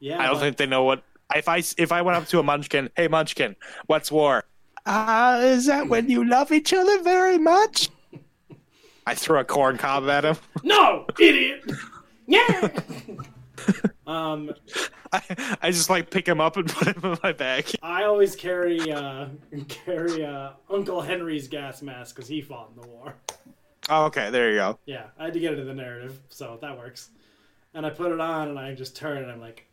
[SPEAKER 2] Yeah,
[SPEAKER 3] I don't
[SPEAKER 2] but
[SPEAKER 3] think they know what if I if I went up to a munchkin, hey munchkin, what's war? Ah, is that when you love each other very much? I threw a corn cob at him.
[SPEAKER 2] no idiot. Yeah. um,
[SPEAKER 3] I, I just like pick him up and put him in my bag.
[SPEAKER 2] I always carry uh, carry uh, Uncle Henry's gas mask because he fought in the war.
[SPEAKER 3] Oh, okay, there you go.
[SPEAKER 2] Yeah, I had to get into the narrative, so that works. And I put it on, and I just turn, and I'm like,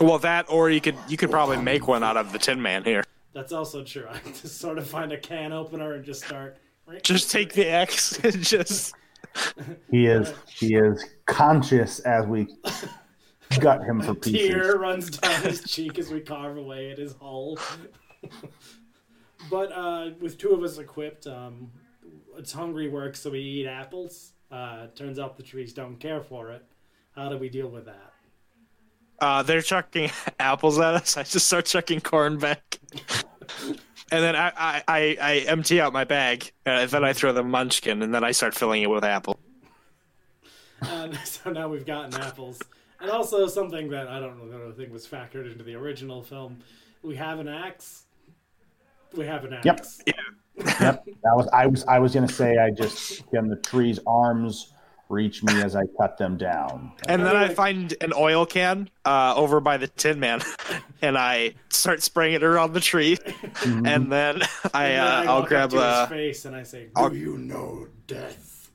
[SPEAKER 3] Well, that or you could you could probably make one out of the Tin Man here.
[SPEAKER 2] that's also true. I just sort of find a can opener and just start.
[SPEAKER 3] Just take the X and just
[SPEAKER 4] He is he is conscious as we gut him for pieces.
[SPEAKER 2] tear runs down his cheek as we carve away at his hull. but uh, with two of us equipped, um, it's hungry work, so we eat apples. Uh, turns out the trees don't care for it. How do we deal with that?
[SPEAKER 3] uh, they're chucking apples at us. I just start chucking corn back, and then I I, I, I empty out my bag, and then I throw the munchkin, and then I start filling it with apple.
[SPEAKER 2] And so now we've gotten apples. And also something that I don't know, I think was factored into the original film. We have an axe. We have an axe.
[SPEAKER 4] Yep. Yep, that was I was I was gonna say I just again the tree's arms reach me as I cut them down.
[SPEAKER 3] And then I find an oil can uh, over by the Tin Man, and I start spraying it around the tree.
[SPEAKER 2] And
[SPEAKER 3] And then I,
[SPEAKER 2] then
[SPEAKER 3] uh,
[SPEAKER 2] I
[SPEAKER 3] I'll
[SPEAKER 2] Mm-hmm. walk
[SPEAKER 3] grab
[SPEAKER 2] up to his
[SPEAKER 3] a,
[SPEAKER 2] face and I say, "Do you know death?"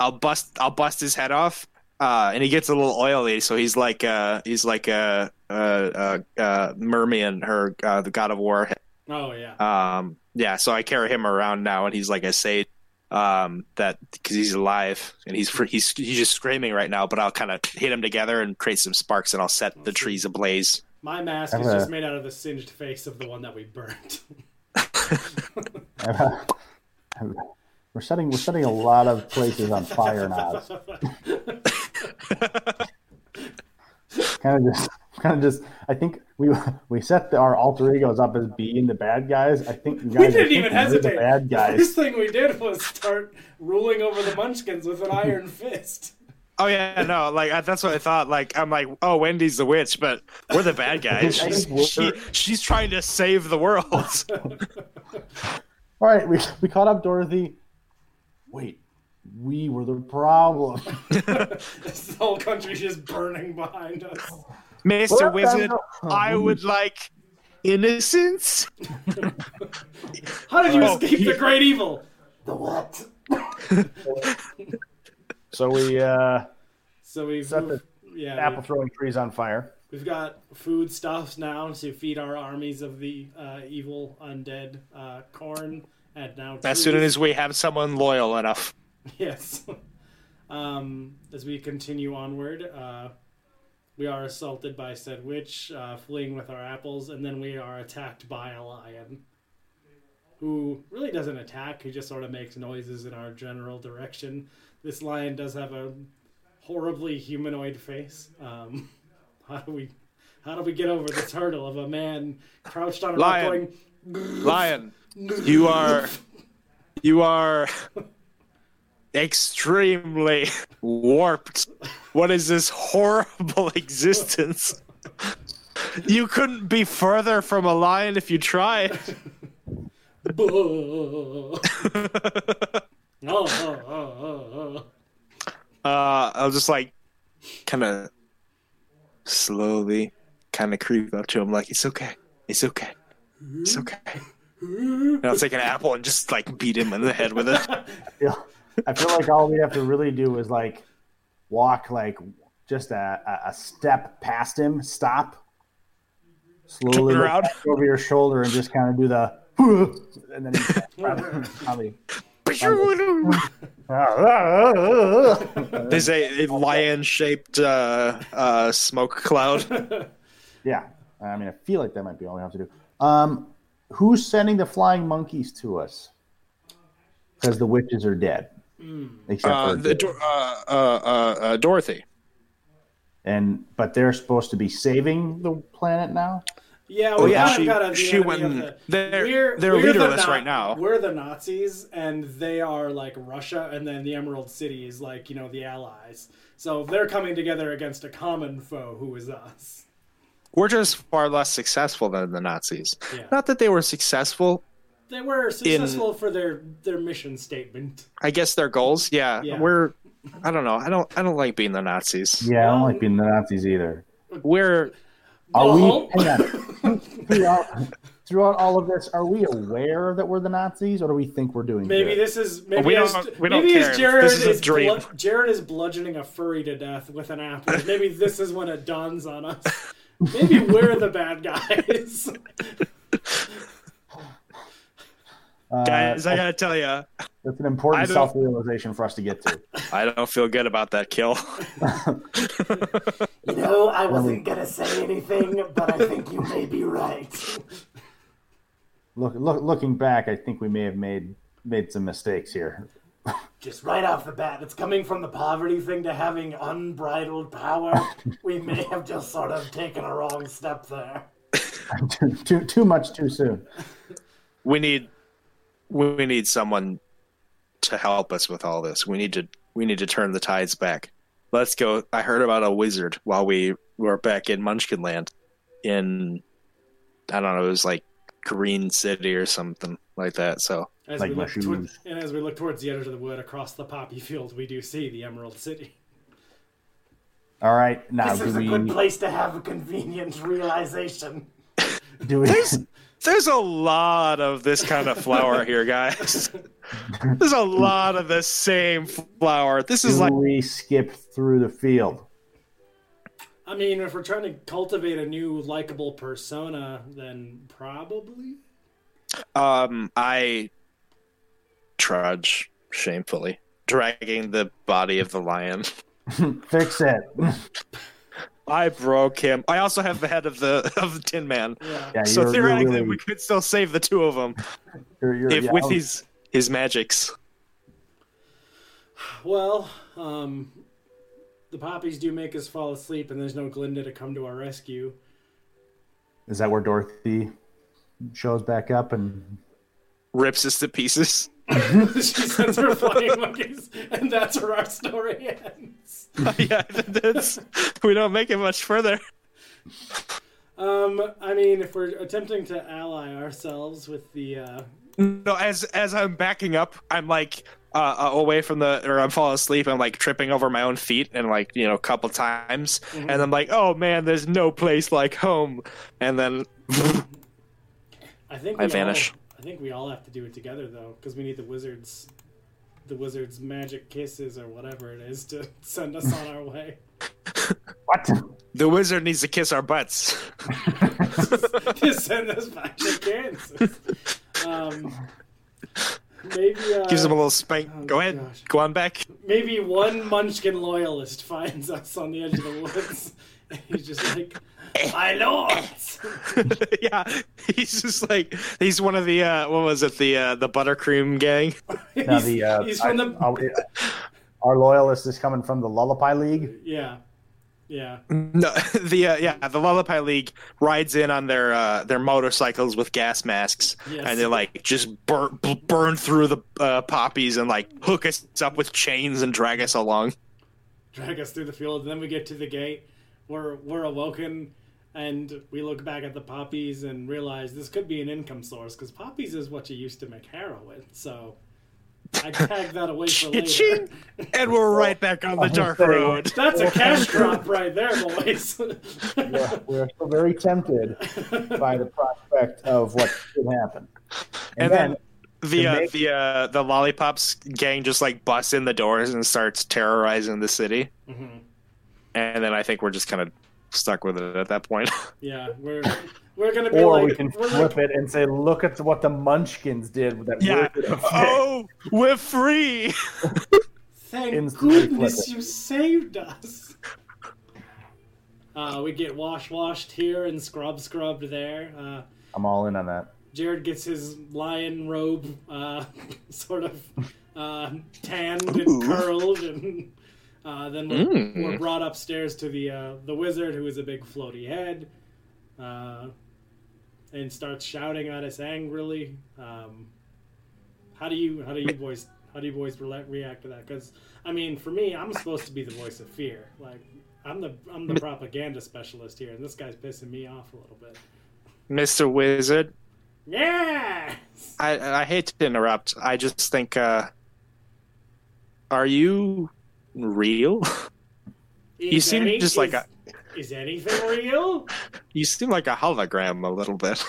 [SPEAKER 3] I'll bust I'll bust his head off, uh, and he gets a little oily, so he's like uh, he's like a uh, uh, uh, merman, her uh, the god of war.
[SPEAKER 2] Oh yeah.
[SPEAKER 3] Um, yeah, so I carry him around now, and he's like I say um, that because he's alive and he's fr- he's he's just screaming right now. But I'll kind of hit him together and create some sparks, and I'll set the trees ablaze.
[SPEAKER 2] My mask is
[SPEAKER 4] Okay.
[SPEAKER 2] just made out of the singed face of the one that we burnt.
[SPEAKER 4] We're setting we're setting a lot of places on fire now. Kind of just kind of just I think we we set the, our alter egos up as being the bad guys. I think you guys
[SPEAKER 2] we
[SPEAKER 4] are
[SPEAKER 2] didn't even
[SPEAKER 4] thinking we're
[SPEAKER 2] hesitate.
[SPEAKER 4] The bad
[SPEAKER 2] First
[SPEAKER 4] guys.
[SPEAKER 2] thing we did was start ruling over the Munchkins with an iron fist.
[SPEAKER 3] Oh yeah, no, like I, that's what I thought. Like I'm like, oh, Wendy's the witch, but we're the bad guys.
[SPEAKER 4] I
[SPEAKER 3] She's,
[SPEAKER 4] think we're-
[SPEAKER 3] she, she's trying to save the world.
[SPEAKER 4] All right, we we caught up Dorothy. Wait, we were the problem.
[SPEAKER 2] This whole country's just burning behind us.
[SPEAKER 4] Oh,
[SPEAKER 3] Mr.
[SPEAKER 4] Well,
[SPEAKER 3] Wizard,
[SPEAKER 4] that's-
[SPEAKER 3] I would like innocence.
[SPEAKER 2] How did you
[SPEAKER 3] Oh,
[SPEAKER 2] escape the great evil? The what?
[SPEAKER 4] So we uh,
[SPEAKER 2] So we've
[SPEAKER 4] Set the
[SPEAKER 2] yeah, we-
[SPEAKER 4] apple throwing trees on fire.
[SPEAKER 2] We've got food stuffs now to feed our armies of the uh, evil undead uh, corn, and now
[SPEAKER 3] As
[SPEAKER 2] trees.
[SPEAKER 3] soon as we have someone loyal enough.
[SPEAKER 2] yes, um, as we continue onward, uh, we are assaulted by said witch, uh, fleeing with our apples, and then we are attacked by a lion, who really doesn't attack. He just sort of makes noises in our general direction. This lion does have a horribly humanoid face. Um, how do we? How do we get over this hurdle of a man crouched on a rock
[SPEAKER 3] Lion.
[SPEAKER 2] going,
[SPEAKER 3] Lion, you are you are extremely warped. What is this horrible existence? You couldn't be further from a lion if you tried.
[SPEAKER 2] "Buh." Oh, oh, oh, oh, oh.
[SPEAKER 3] uh, I'll just like kind of slowly kind of creep up to him, like, it's okay. It's okay. It's okay. And I'll take an apple and just like beat him in the head with it.
[SPEAKER 4] Yeah. I feel like all we have to really do is like walk like just a, a- a step past him, stop, slowly
[SPEAKER 3] Turn
[SPEAKER 4] look
[SPEAKER 3] around.
[SPEAKER 4] back over your shoulder, and just kind of do the. And then he's probably, probably
[SPEAKER 3] There's a, a lion shaped uh, uh, smoke cloud.
[SPEAKER 4] yeah. I mean, I feel like that might be all we have to do. Um, who's sending the flying monkeys to us? Because the witches are dead, except
[SPEAKER 3] Uh,
[SPEAKER 4] for
[SPEAKER 3] the, Dor- uh, uh, uh, uh, Dorothy.
[SPEAKER 4] and but they're supposed to be saving the planet now.
[SPEAKER 2] Yeah, we
[SPEAKER 3] yeah,
[SPEAKER 2] kind
[SPEAKER 3] she-
[SPEAKER 2] of got a
[SPEAKER 3] she went- they're- they're leaderless right now.
[SPEAKER 2] We're the Nazis, and they are like Russia, and then the Emerald City is like you know the Allies. So they're coming together against a common foe who is us.
[SPEAKER 3] We're just far less successful than the Nazis.
[SPEAKER 2] Yeah.
[SPEAKER 3] Not that they were successful.
[SPEAKER 2] They were successful for their their mission statement.
[SPEAKER 3] I guess their goals. Yeah,
[SPEAKER 2] Yeah.
[SPEAKER 3] we're. I don't know. I don't. I don't like being the Nazis.
[SPEAKER 4] Yeah, I don't like being the Nazis either.
[SPEAKER 3] We're
[SPEAKER 4] Are
[SPEAKER 5] No.
[SPEAKER 4] we hang on. throughout, throughout all of this? Are we aware that we're the Nazis, or do we think we're doing?
[SPEAKER 2] Maybe
[SPEAKER 4] good?
[SPEAKER 2] this is maybe
[SPEAKER 5] we
[SPEAKER 2] as,
[SPEAKER 5] don't- we don't
[SPEAKER 2] maybe
[SPEAKER 5] care.
[SPEAKER 2] as Jared
[SPEAKER 3] This is a dream.
[SPEAKER 2] blo- Jared is bludgeoning a furry to death with an apple. Maybe this is when it dawns on us. Maybe we're the bad guys.
[SPEAKER 4] Uh,
[SPEAKER 3] Guys, I gotta tell you,
[SPEAKER 4] that's
[SPEAKER 3] I
[SPEAKER 4] an important
[SPEAKER 3] don't-
[SPEAKER 4] self-realization for us to get to.
[SPEAKER 3] I don't feel good about that kill.
[SPEAKER 2] You know, I wasn't gonna say anything, but I think you may be right.
[SPEAKER 4] Look, look, looking back, I think we may have made made some mistakes here.
[SPEAKER 2] Just right off the bat, it's coming from the poverty thing to having unbridled power. we may have just sort of taken a wrong step there.
[SPEAKER 4] too, too, too much too soon.
[SPEAKER 3] We need, we need someone to help us with all this. We need to, we need to turn the tides back. Let's go. I heard about a wizard while we were back in Munchkinland, in, I don't know, it was like Green City or something like that. So
[SPEAKER 2] As
[SPEAKER 4] Like
[SPEAKER 2] we look toward-
[SPEAKER 4] mushrooms.
[SPEAKER 2] and as we look towards the edge of the wood across the poppy field, we do see the Emerald City.
[SPEAKER 4] All right, now
[SPEAKER 2] This is a
[SPEAKER 4] do
[SPEAKER 2] good
[SPEAKER 4] Uh, we
[SPEAKER 2] place to have a convenient realization.
[SPEAKER 4] do we?
[SPEAKER 3] There's there's a lot of this kind of flour here, guys. There's a lot of the same flour. This is
[SPEAKER 4] Do
[SPEAKER 3] like
[SPEAKER 4] we skip through the field?
[SPEAKER 2] I mean, if we're trying to cultivate a new likable persona, then probably.
[SPEAKER 3] um I trudge shamefully, dragging the body of the lion.
[SPEAKER 4] Fix it.
[SPEAKER 3] I broke him. I also have the head of the of the Tin Man.
[SPEAKER 2] Yeah.
[SPEAKER 4] Yeah,
[SPEAKER 3] so
[SPEAKER 4] you're, you're
[SPEAKER 3] theoretically,
[SPEAKER 4] really,
[SPEAKER 3] we could still save the two of them
[SPEAKER 4] you're, you're,
[SPEAKER 3] if
[SPEAKER 4] yeah,
[SPEAKER 3] with
[SPEAKER 4] oh,
[SPEAKER 3] his his magics.
[SPEAKER 2] Well, um, the poppies do make us fall asleep, and there's no Glinda to come to our rescue.
[SPEAKER 4] is that where Dorothy shows back up and
[SPEAKER 3] Rips us to pieces.
[SPEAKER 2] she sends her flying monkeys, and that's where our story ends.
[SPEAKER 3] yeah, that's, we don't make it much further.
[SPEAKER 2] Um, I mean, if we're attempting to ally ourselves with the uh,
[SPEAKER 3] No, as as I'm backing up, I'm like uh, uh, away from the, or I'm falling asleep. I'm like tripping over my own feet, and like you know, a couple times,
[SPEAKER 2] Mm-hmm.
[SPEAKER 3] and I'm like, oh man, there's no place like home. And then
[SPEAKER 2] I think
[SPEAKER 3] I
[SPEAKER 2] we
[SPEAKER 3] vanish.
[SPEAKER 2] All, I think we all have to do it together though, because we need the wizards, the wizards' magic kisses or whatever it is to send us on our way.
[SPEAKER 4] what?
[SPEAKER 3] the wizard needs to kiss our butts.
[SPEAKER 2] to send us magic kisses. Um, maybe uh,
[SPEAKER 3] Gives him a little spank.
[SPEAKER 2] oh,
[SPEAKER 3] go ahead,
[SPEAKER 2] gosh.
[SPEAKER 3] go on back.
[SPEAKER 2] maybe one Munchkin loyalist finds us on the edge of the woods. And he's just like, my lords.
[SPEAKER 3] yeah, he's just like he's one of the uh, what was it the uh, the buttercream gang?
[SPEAKER 4] Now
[SPEAKER 2] he's,
[SPEAKER 4] the, uh,
[SPEAKER 2] he's from
[SPEAKER 4] I-
[SPEAKER 2] the
[SPEAKER 4] I- our loyalist is coming from the Lullaby League.
[SPEAKER 2] yeah, yeah.
[SPEAKER 3] No, the uh, yeah, the Lullaby League rides in on their uh, their motorcycles with gas masks,
[SPEAKER 2] Yes.
[SPEAKER 3] and they like just burn b- burn through the uh, poppies and like hook us up with chains and drag us along.
[SPEAKER 2] drag us through the field. And then we get to the gate. We're we're awoken, and we look back at the poppies and realize this could be an income source because poppies is what you used to make heroin. So I tag that away for later.
[SPEAKER 3] Ching! and we're right back on the dark
[SPEAKER 4] sorry.
[SPEAKER 3] road.
[SPEAKER 2] That's a cash crop right there, boys.
[SPEAKER 4] We're, we're still very tempted by the prospect of what could happen.
[SPEAKER 3] And then the
[SPEAKER 4] to
[SPEAKER 3] uh,
[SPEAKER 4] make-
[SPEAKER 3] the uh, the lollipops gang just like busts in the doors and starts terrorizing the city.
[SPEAKER 2] Mhm.
[SPEAKER 3] And then I think we're just kind of stuck with it at that point.
[SPEAKER 2] yeah, we're we're gonna be
[SPEAKER 4] or
[SPEAKER 2] like
[SPEAKER 4] we can
[SPEAKER 2] we're
[SPEAKER 4] flip
[SPEAKER 2] like,
[SPEAKER 4] it and say, look at what the Munchkins did with that.
[SPEAKER 3] yeah.
[SPEAKER 4] weird-
[SPEAKER 3] oh, we're free.
[SPEAKER 2] thank
[SPEAKER 4] instantly flip
[SPEAKER 2] goodness
[SPEAKER 4] it."
[SPEAKER 2] you saved us. Uh, we get wash washed here and scrub scrubbed there. Uh,
[SPEAKER 4] I'm all in on that.
[SPEAKER 2] Jared gets his lion robe uh, sort of uh, tanned and curled, and uh, then we're, we're brought upstairs to the uh, the wizard, who is a big floaty head, uh, and starts shouting at us angrily. Um, how do you how do you boys how do you boys rela react to that? Because I mean, for me, I'm supposed to be the voice of fear. Like I'm the I'm the propaganda specialist here, and this guy's pissing me off a little bit.
[SPEAKER 3] Mr. Wizard,
[SPEAKER 2] Yes.
[SPEAKER 3] I, I hate to interrupt. I just think, uh, are you real?
[SPEAKER 2] Is
[SPEAKER 3] You seem just like
[SPEAKER 2] is, is anything real?
[SPEAKER 3] You seem like a hologram a little bit.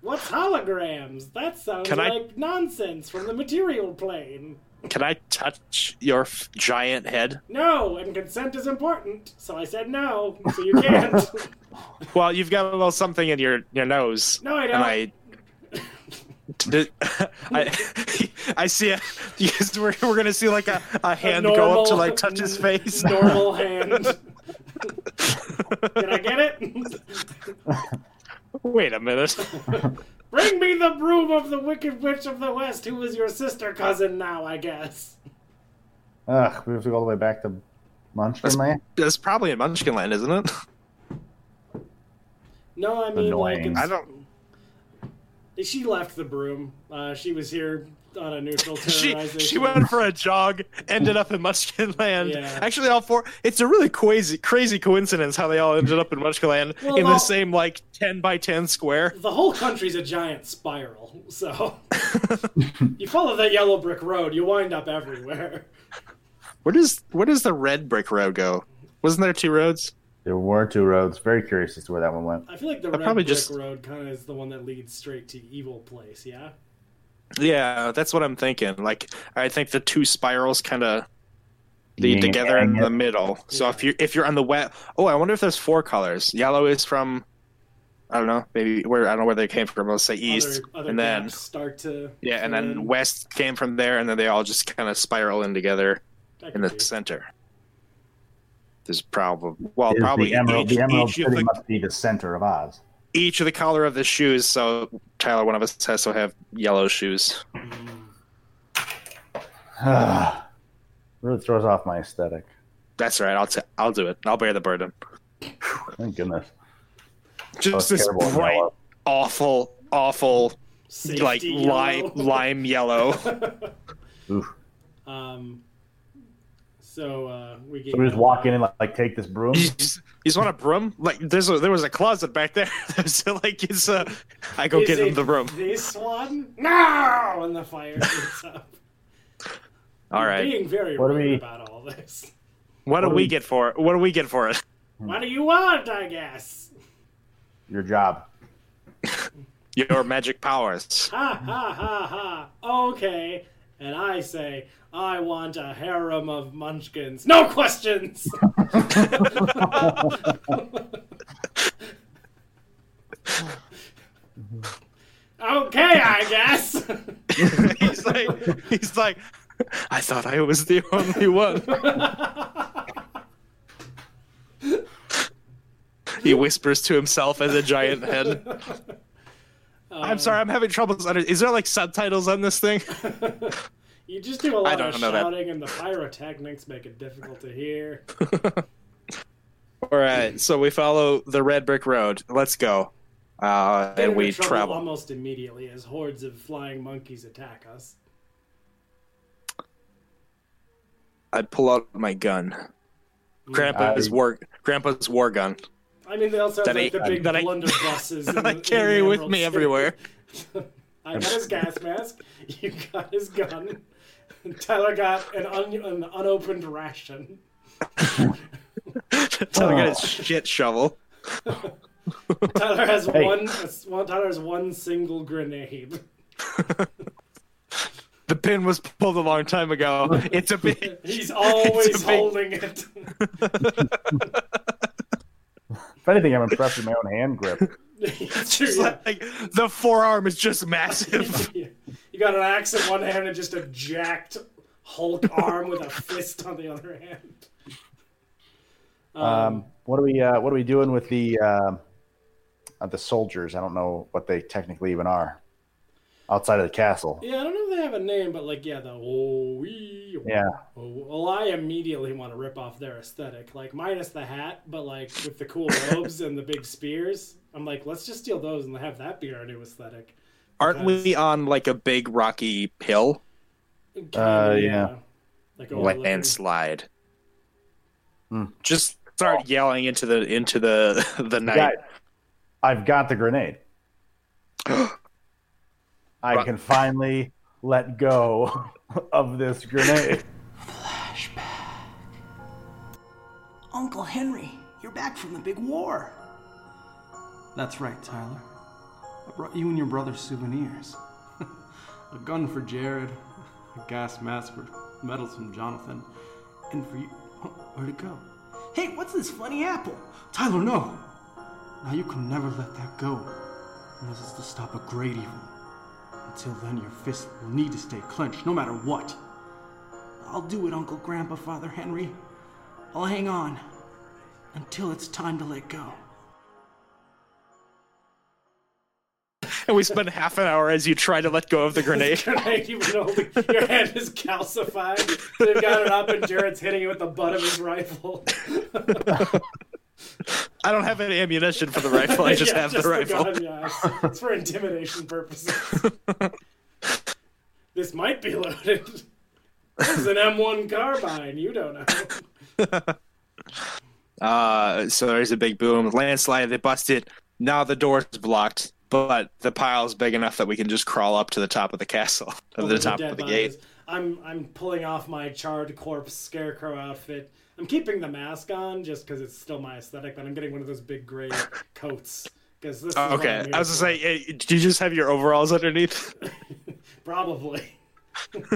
[SPEAKER 2] What's holograms? That sounds
[SPEAKER 3] Can I-
[SPEAKER 2] like nonsense from the material plane.
[SPEAKER 3] Can I touch your f- giant head?
[SPEAKER 2] No, and consent is important, so I said no, so you can't.
[SPEAKER 3] Well, you've got a little something in your your nose.
[SPEAKER 2] no, I don't.
[SPEAKER 3] and I. Did- I, I see it. Yes, We're, we're gonna see like a, a hand go up to
[SPEAKER 2] normal-
[SPEAKER 3] like touch his face.
[SPEAKER 2] Normal hand. Did I get it?
[SPEAKER 3] Wait a minute.
[SPEAKER 2] Bring me the broom of the Wicked Witch of the West, who is your sister cousin now, I guess.
[SPEAKER 4] Ugh, we have to go all the way back to Munchkin Land.
[SPEAKER 3] That's probably in Munchkinland, isn't it?
[SPEAKER 2] No, I mean, like,
[SPEAKER 4] Annoying.
[SPEAKER 2] it's-
[SPEAKER 3] I don't.
[SPEAKER 2] She left the broom. Uh, she was here on a neutral
[SPEAKER 3] She
[SPEAKER 2] terrorization.
[SPEAKER 3] she went for a jog, ended up in Munchkinland.
[SPEAKER 2] Yeah.
[SPEAKER 3] Actually, all four. It's a really crazy crazy coincidence how they all ended up in Munchkinland
[SPEAKER 2] Well,
[SPEAKER 3] in
[SPEAKER 2] well-
[SPEAKER 3] the same like ten by ten square.
[SPEAKER 2] The whole country's a giant spiral, so you follow that yellow brick road, you wind up everywhere.
[SPEAKER 3] Where does where does the red brick road go? Wasn't there two roads?
[SPEAKER 4] There were two roads. Very curious as to where that one went.
[SPEAKER 2] I feel like the
[SPEAKER 3] I
[SPEAKER 2] red
[SPEAKER 3] probably
[SPEAKER 2] brick
[SPEAKER 3] just-
[SPEAKER 2] road kind of is the one that leads straight to evil place. Yeah.
[SPEAKER 3] Yeah, that's what I'm thinking. Like I think the two spirals kind of lead
[SPEAKER 4] Yeah,
[SPEAKER 3] together in
[SPEAKER 4] yeah.
[SPEAKER 3] the middle. So if you if you're on the wet, oh, I wonder if there's four colors. Yellow is from I don't know, maybe where I don't know where they came from. Let's say east,
[SPEAKER 2] other, other
[SPEAKER 3] and then
[SPEAKER 2] gaps start to
[SPEAKER 3] yeah, and
[SPEAKER 2] fill
[SPEAKER 3] then
[SPEAKER 2] in.
[SPEAKER 3] west came from there, and then they all just kind of spiral in together
[SPEAKER 2] That
[SPEAKER 3] in
[SPEAKER 2] could
[SPEAKER 3] the
[SPEAKER 2] be.
[SPEAKER 3] center. There's probably well,
[SPEAKER 4] Is
[SPEAKER 3] probably
[SPEAKER 4] the Emerald,
[SPEAKER 3] each,
[SPEAKER 4] the Emerald
[SPEAKER 3] each
[SPEAKER 4] City
[SPEAKER 3] of the
[SPEAKER 4] must be the center of Oz.
[SPEAKER 3] each of the color of the shoes. So Tyler, one of us has to have yellow shoes.
[SPEAKER 4] really throws off my aesthetic.
[SPEAKER 3] That's right. I'll t- I'll do it. I'll bear the burden.
[SPEAKER 4] Oh, Thank goodness.
[SPEAKER 3] Just
[SPEAKER 4] Oh,
[SPEAKER 3] this
[SPEAKER 4] terrible in
[SPEAKER 3] bright,
[SPEAKER 4] yellow.
[SPEAKER 3] awful, awful,
[SPEAKER 2] Safety
[SPEAKER 3] like lime,
[SPEAKER 2] yellow.
[SPEAKER 3] lime yellow.
[SPEAKER 4] Oof.
[SPEAKER 2] Um. So uh, we get.
[SPEAKER 4] So we just walk in and like, like take this broom.
[SPEAKER 3] you, just, you just want a broom? Like there's a, there was a closet back there. so like it's uh, I go
[SPEAKER 2] Is
[SPEAKER 3] get
[SPEAKER 2] it
[SPEAKER 3] in the room.
[SPEAKER 2] This one? No! And the fire shoots up.
[SPEAKER 3] All right.
[SPEAKER 2] Being very
[SPEAKER 4] What do
[SPEAKER 2] rude
[SPEAKER 4] we-
[SPEAKER 2] about all this.
[SPEAKER 3] What do
[SPEAKER 4] What do
[SPEAKER 3] we
[SPEAKER 4] we-
[SPEAKER 3] get for it? What do we get for it?
[SPEAKER 4] Hmm.
[SPEAKER 2] What do you want? I guess.
[SPEAKER 4] Your job.
[SPEAKER 3] Your magic powers.
[SPEAKER 2] Ha ha ha ha. Okay. And I say, I want a harem of munchkins. No questions! okay, I guess.
[SPEAKER 3] he's like he's like I thought I was the only one. he whispers to himself as a giant head. I'm sorry, I'm having troubles. Under- Is there like subtitles on this thing?
[SPEAKER 2] You just do a lot
[SPEAKER 3] don't
[SPEAKER 2] of
[SPEAKER 3] know that.
[SPEAKER 2] shouting, and the pyrotechnics make it difficult to hear.
[SPEAKER 3] All right, so we follow the red brick road. Let's go, uh,
[SPEAKER 2] Get
[SPEAKER 3] and
[SPEAKER 2] into
[SPEAKER 3] we
[SPEAKER 2] trouble
[SPEAKER 3] travel.
[SPEAKER 2] almost immediately as hordes of flying monkeys attack us.
[SPEAKER 3] I pull out my gun. Grandpa's
[SPEAKER 4] I-
[SPEAKER 3] war, Grandpa's war gun
[SPEAKER 2] I mean, they also have
[SPEAKER 3] That
[SPEAKER 2] like,
[SPEAKER 3] I-
[SPEAKER 2] the big
[SPEAKER 3] that I-
[SPEAKER 2] blunderbusses. in
[SPEAKER 3] that I
[SPEAKER 2] the- in
[SPEAKER 3] carry
[SPEAKER 2] the
[SPEAKER 3] with
[SPEAKER 2] Emerald
[SPEAKER 3] me
[SPEAKER 2] City.
[SPEAKER 3] everywhere.
[SPEAKER 2] I got his gas mask. You got his gun. And Tyler got an, un- an unopened ration.
[SPEAKER 3] Until I got his shit shovel.
[SPEAKER 2] Tyler has
[SPEAKER 4] Hey.
[SPEAKER 2] one. one. Tyler has one single grenade.
[SPEAKER 3] The pin was pulled a long time ago. It's a big.
[SPEAKER 2] He's always
[SPEAKER 3] big-
[SPEAKER 2] holding it.
[SPEAKER 4] If anything, I'm impressed with my own hand grip.
[SPEAKER 2] It's
[SPEAKER 3] It's
[SPEAKER 2] true, yeah.
[SPEAKER 3] like the forearm is just massive.
[SPEAKER 2] you got an axe in one hand and just a jacked Hulk arm with a fist on the other hand. Um,
[SPEAKER 4] Um, what are we? Uh, what are we doing with the um uh, the soldiers? I don't know what they technically even are outside of the castle.
[SPEAKER 2] yeah, I don't know if they have a name, but like, yeah, the oh wee.
[SPEAKER 4] Yeah,
[SPEAKER 2] oh, well, I immediately want to rip off their aesthetic, like minus the hat, but like with the cool robes and the big spears. I'm like, let's just steal those and have that be our new aesthetic.
[SPEAKER 3] Aren't we on like a big rocky hill?
[SPEAKER 2] Kinda,
[SPEAKER 4] yeah.
[SPEAKER 2] uh, Like overlooking-
[SPEAKER 3] Landslide.
[SPEAKER 4] Hmm.
[SPEAKER 3] Just start yelling into the into the the night.
[SPEAKER 4] Guys, I've got the grenade. I
[SPEAKER 3] Right.
[SPEAKER 4] can finally let go of this grenade.
[SPEAKER 5] Uncle Henry, you're back from the big war. That's right, Tyler. I brought you and your brother souvenirs a gun for Jared, a gas mask for medals from Jonathan, and for you. Oh, where'd it go? Hey, what's this funny apple? Tyler, no! Now you can never let that go, unless it's to stop a great evil. Until then, your fist will need to stay clenched, no matter what. I'll do it, Uncle Grandpa, Father Henry. I'll hang on until it's time to let go.
[SPEAKER 3] And we spend half an hour as you try to let go of the grenade.
[SPEAKER 2] Like, you can only- your hand is calcified. They've got it up, and Jared's hitting it with the butt of his rifle.
[SPEAKER 3] I don't have any ammunition for the rifle. I just
[SPEAKER 2] Yeah,
[SPEAKER 3] have the rifle.
[SPEAKER 2] gun, yeah. It's- It's for intimidation purposes. this might be loaded. This is an M1 carbine. You don't know.
[SPEAKER 3] Uh, so there's a big boom, landslide. They bust it. Now the door's blocked, but the pile's big enough that we can just crawl up to the top of the castle, to the top
[SPEAKER 2] Dead
[SPEAKER 3] of the
[SPEAKER 2] bodies.
[SPEAKER 3] gate.
[SPEAKER 2] I'm I'm pulling off my charred corpse scarecrow outfit. I'm keeping the mask on just because it's still my aesthetic, but I'm getting one of those big gray coats. Because this. is what
[SPEAKER 3] Oh, Okay,
[SPEAKER 2] I'm
[SPEAKER 3] I was
[SPEAKER 2] here
[SPEAKER 3] gonna
[SPEAKER 2] for.
[SPEAKER 3] say, eh, do you just have your overalls underneath?
[SPEAKER 2] probably.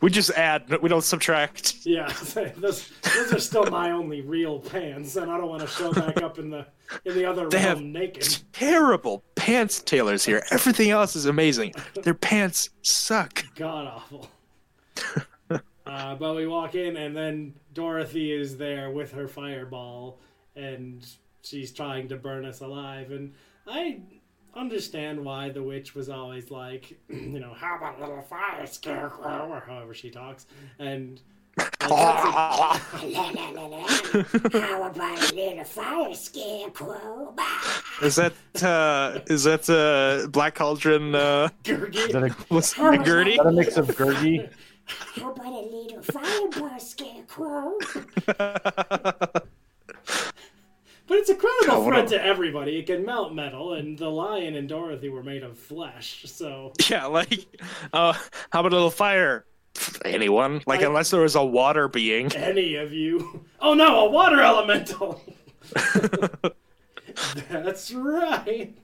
[SPEAKER 3] We just add, we don't subtract.
[SPEAKER 2] Yeah, those, those are still my only real pants, and I don't want to show back up in the in the other
[SPEAKER 3] They
[SPEAKER 2] room
[SPEAKER 3] have-
[SPEAKER 2] naked.
[SPEAKER 3] Terrible pants tailors here. Everything else is amazing. Their pants suck.
[SPEAKER 2] God awful. uh, but we walk in, and then Dorothy is there with her fireball, and she's trying to burn us alive. And I understand why the witch was always like, you know, how about a little fire scarecrow, or however she talks, and. like, that's a-
[SPEAKER 3] Is that uh, is that uh, Black Cauldron? Uh,
[SPEAKER 4] Is that
[SPEAKER 2] Gurgi.
[SPEAKER 4] a, is
[SPEAKER 3] what's Gertie?
[SPEAKER 4] that a mix of Gurgi?
[SPEAKER 6] How about a little fireball scarecrow?
[SPEAKER 2] But it's a credible
[SPEAKER 3] God, what
[SPEAKER 2] threat
[SPEAKER 3] a-
[SPEAKER 2] to everybody. It can melt metal, and the lion and Dorothy were made of flesh, so.
[SPEAKER 3] Yeah, like, uh, how about a little fire? Pfft, Anyone? Like, unless there was a water being.
[SPEAKER 2] any of you. Oh no, a water elemental. That's right.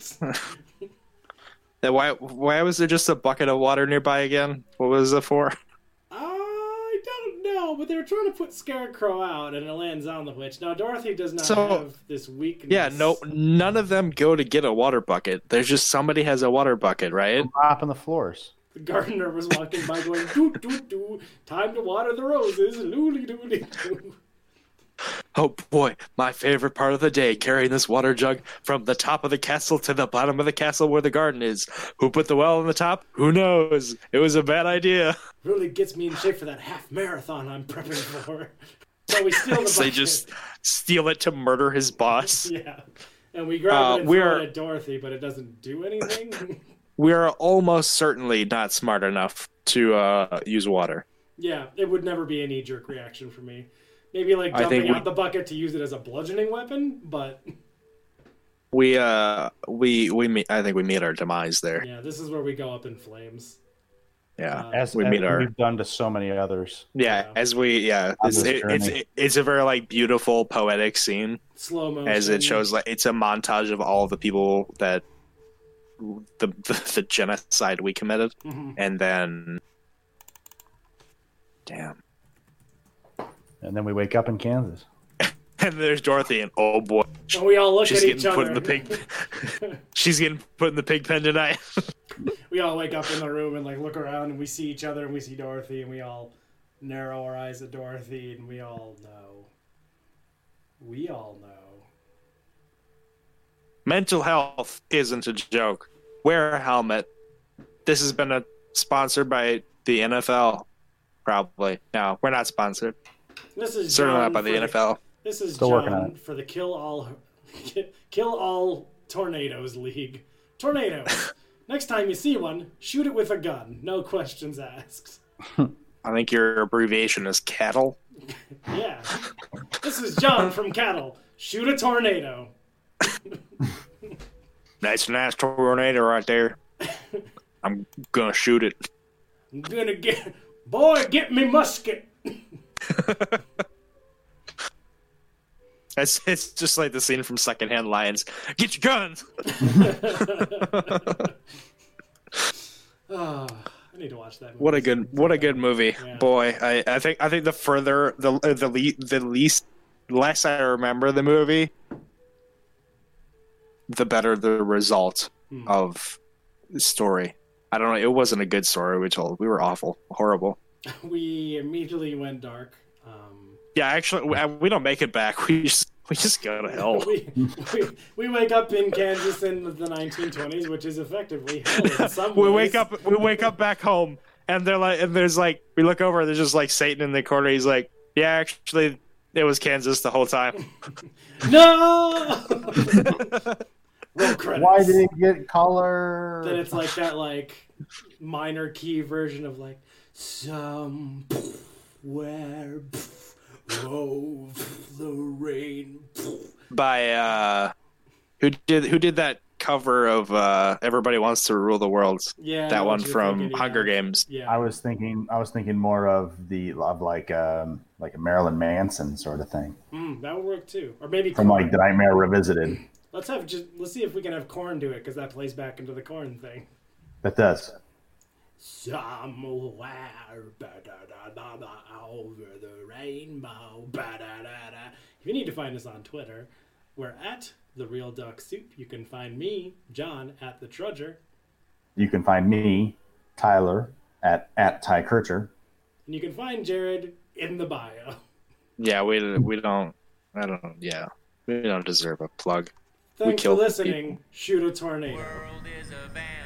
[SPEAKER 3] Then why? Why was there just a bucket of water nearby again? What was it for?
[SPEAKER 2] I don't know, but they were trying to put Scarecrow out, and it lands on the witch. Now Dorothy does not
[SPEAKER 3] So-
[SPEAKER 2] have this weakness.
[SPEAKER 3] Yeah, no, none of them go to get a water bucket. There's just somebody has a water bucket, right?
[SPEAKER 4] Up on the floors.
[SPEAKER 2] The gardener was walking by, going doo doo doo. Time to water the roses. Looly doody doo.
[SPEAKER 3] Oh boy, my favorite part of the day carrying this water jug from the top of the castle to the bottom of the castle where the garden is. Who put the well on the top? Who knows? It was a bad idea.
[SPEAKER 2] Really gets me in shape for that half marathon I'm prepping for. So we steal the bucket.
[SPEAKER 3] So they just steal it to murder his boss.
[SPEAKER 2] yeah, and we grab
[SPEAKER 3] Uh,
[SPEAKER 2] it and
[SPEAKER 3] we
[SPEAKER 2] throw
[SPEAKER 3] are-
[SPEAKER 2] it at Dorothy, but it doesn't do anything.
[SPEAKER 3] We are almost certainly not smart enough to uh, use water.
[SPEAKER 2] Yeah, it would never be a knee jerk reaction for me. Maybe like
[SPEAKER 3] I
[SPEAKER 2] dumping
[SPEAKER 3] think we-
[SPEAKER 2] out the bucket to use it as a bludgeoning weapon, but
[SPEAKER 3] We uh we we meet, I think we meet our demise there.
[SPEAKER 2] yeah, this is where we go up in flames.
[SPEAKER 3] Yeah.
[SPEAKER 2] Uh,
[SPEAKER 4] As,
[SPEAKER 3] We
[SPEAKER 4] as
[SPEAKER 3] meet our-
[SPEAKER 4] we've done to so many others.
[SPEAKER 3] Yeah,
[SPEAKER 2] Yeah.
[SPEAKER 3] as we yeah,
[SPEAKER 4] On
[SPEAKER 3] it's
[SPEAKER 4] this
[SPEAKER 3] it, it's
[SPEAKER 4] journey.
[SPEAKER 3] it's a very like beautiful poetic scene.
[SPEAKER 2] slow motion.
[SPEAKER 3] as it shows like it's a montage of all the people that the the, the genocide we committed
[SPEAKER 2] Mhm.
[SPEAKER 3] and then damn
[SPEAKER 4] And then we wake up in Kansas.
[SPEAKER 3] and there's dorothy and oh boy
[SPEAKER 2] And we all look
[SPEAKER 3] she's
[SPEAKER 2] at each
[SPEAKER 3] getting
[SPEAKER 2] other.
[SPEAKER 3] put in the pig she's getting put in the pig pen tonight
[SPEAKER 2] we all wake up in the room and like look around and we see each other and we see Dorothy and we all narrow our eyes at Dorothy and we all know. We all know.
[SPEAKER 3] mental health isn't a joke wear a helmet this has been a sponsored by the nfl probably no we're not sponsored
[SPEAKER 2] This is
[SPEAKER 3] certainly
[SPEAKER 2] John
[SPEAKER 3] not by the
[SPEAKER 2] for
[SPEAKER 3] nfl
[SPEAKER 2] This is
[SPEAKER 4] Still working on
[SPEAKER 2] John
[SPEAKER 4] it.
[SPEAKER 2] for the Kill All Kill All Tornadoes League. Tornadoes. Next time you see one, shoot it with a gun. No questions asked.
[SPEAKER 3] i think your abbreviation is cattle
[SPEAKER 2] Yeah. This is John from Cattle. Shoot a tornado.
[SPEAKER 3] That's a nice tornado right there. I'm gonna shoot it.
[SPEAKER 2] I'm gonna get boy, get me musket.
[SPEAKER 3] It's, it's just like the scene from Secondhand Lions. Get your guns.
[SPEAKER 2] Oh, I need to watch that. Movie.
[SPEAKER 3] What a good what a good movie. Boy, I, I think I think the further the uh, the le- the least less I remember the movie, the better the result of the story. I don't know. It wasn't a good story we told. We were awful, horrible.
[SPEAKER 2] We immediately went dark. Um,
[SPEAKER 3] Yeah, actually, we, uh, we don't make it back. We just we just go to hell.
[SPEAKER 2] we, we we wake up in Kansas in the 1920s, which is effectively hell in some
[SPEAKER 3] we
[SPEAKER 2] ways.
[SPEAKER 3] wake up we wake up back home and they're like and there's like we look over and there's just like satan in the corner he's like yeah actually it was kansas the whole time
[SPEAKER 2] No. Roll credits.
[SPEAKER 4] Why did it get
[SPEAKER 2] Then
[SPEAKER 4] color?
[SPEAKER 2] it's like that like minor key version of like somewhere over the rain.
[SPEAKER 3] by uh who did who did that cover of uh everybody wants to rule the world
[SPEAKER 2] Yeah,
[SPEAKER 3] that
[SPEAKER 2] what
[SPEAKER 3] one
[SPEAKER 2] you're
[SPEAKER 3] from
[SPEAKER 2] thinking, yeah.
[SPEAKER 3] hunger games
[SPEAKER 2] Yeah.
[SPEAKER 4] I was thinking, I was thinking more of the of like um like a Marilyn Manson sort of thing
[SPEAKER 2] Mm, that would work too. Or maybe
[SPEAKER 4] from like The Nightmare Revisited.
[SPEAKER 2] let's have just let's see if we can have corn do it because that plays back into the corn thing.
[SPEAKER 4] That does.
[SPEAKER 2] Somewhere ba-da-da-da-da, over the rainbow. ba-da-da-da. If you need to find us on Twitter, we're at the Real Duck Soup. You can find me, John, at the Trudger,
[SPEAKER 4] You can find me, Tyler, at at Ty Kircher.
[SPEAKER 2] and you can find Jared in the bio.
[SPEAKER 3] yeah we we don't i don't yeah we don't deserve a plug
[SPEAKER 2] Thanks for
[SPEAKER 3] killed
[SPEAKER 2] listening. Shoot a tornado.
[SPEAKER 7] world is a vampire.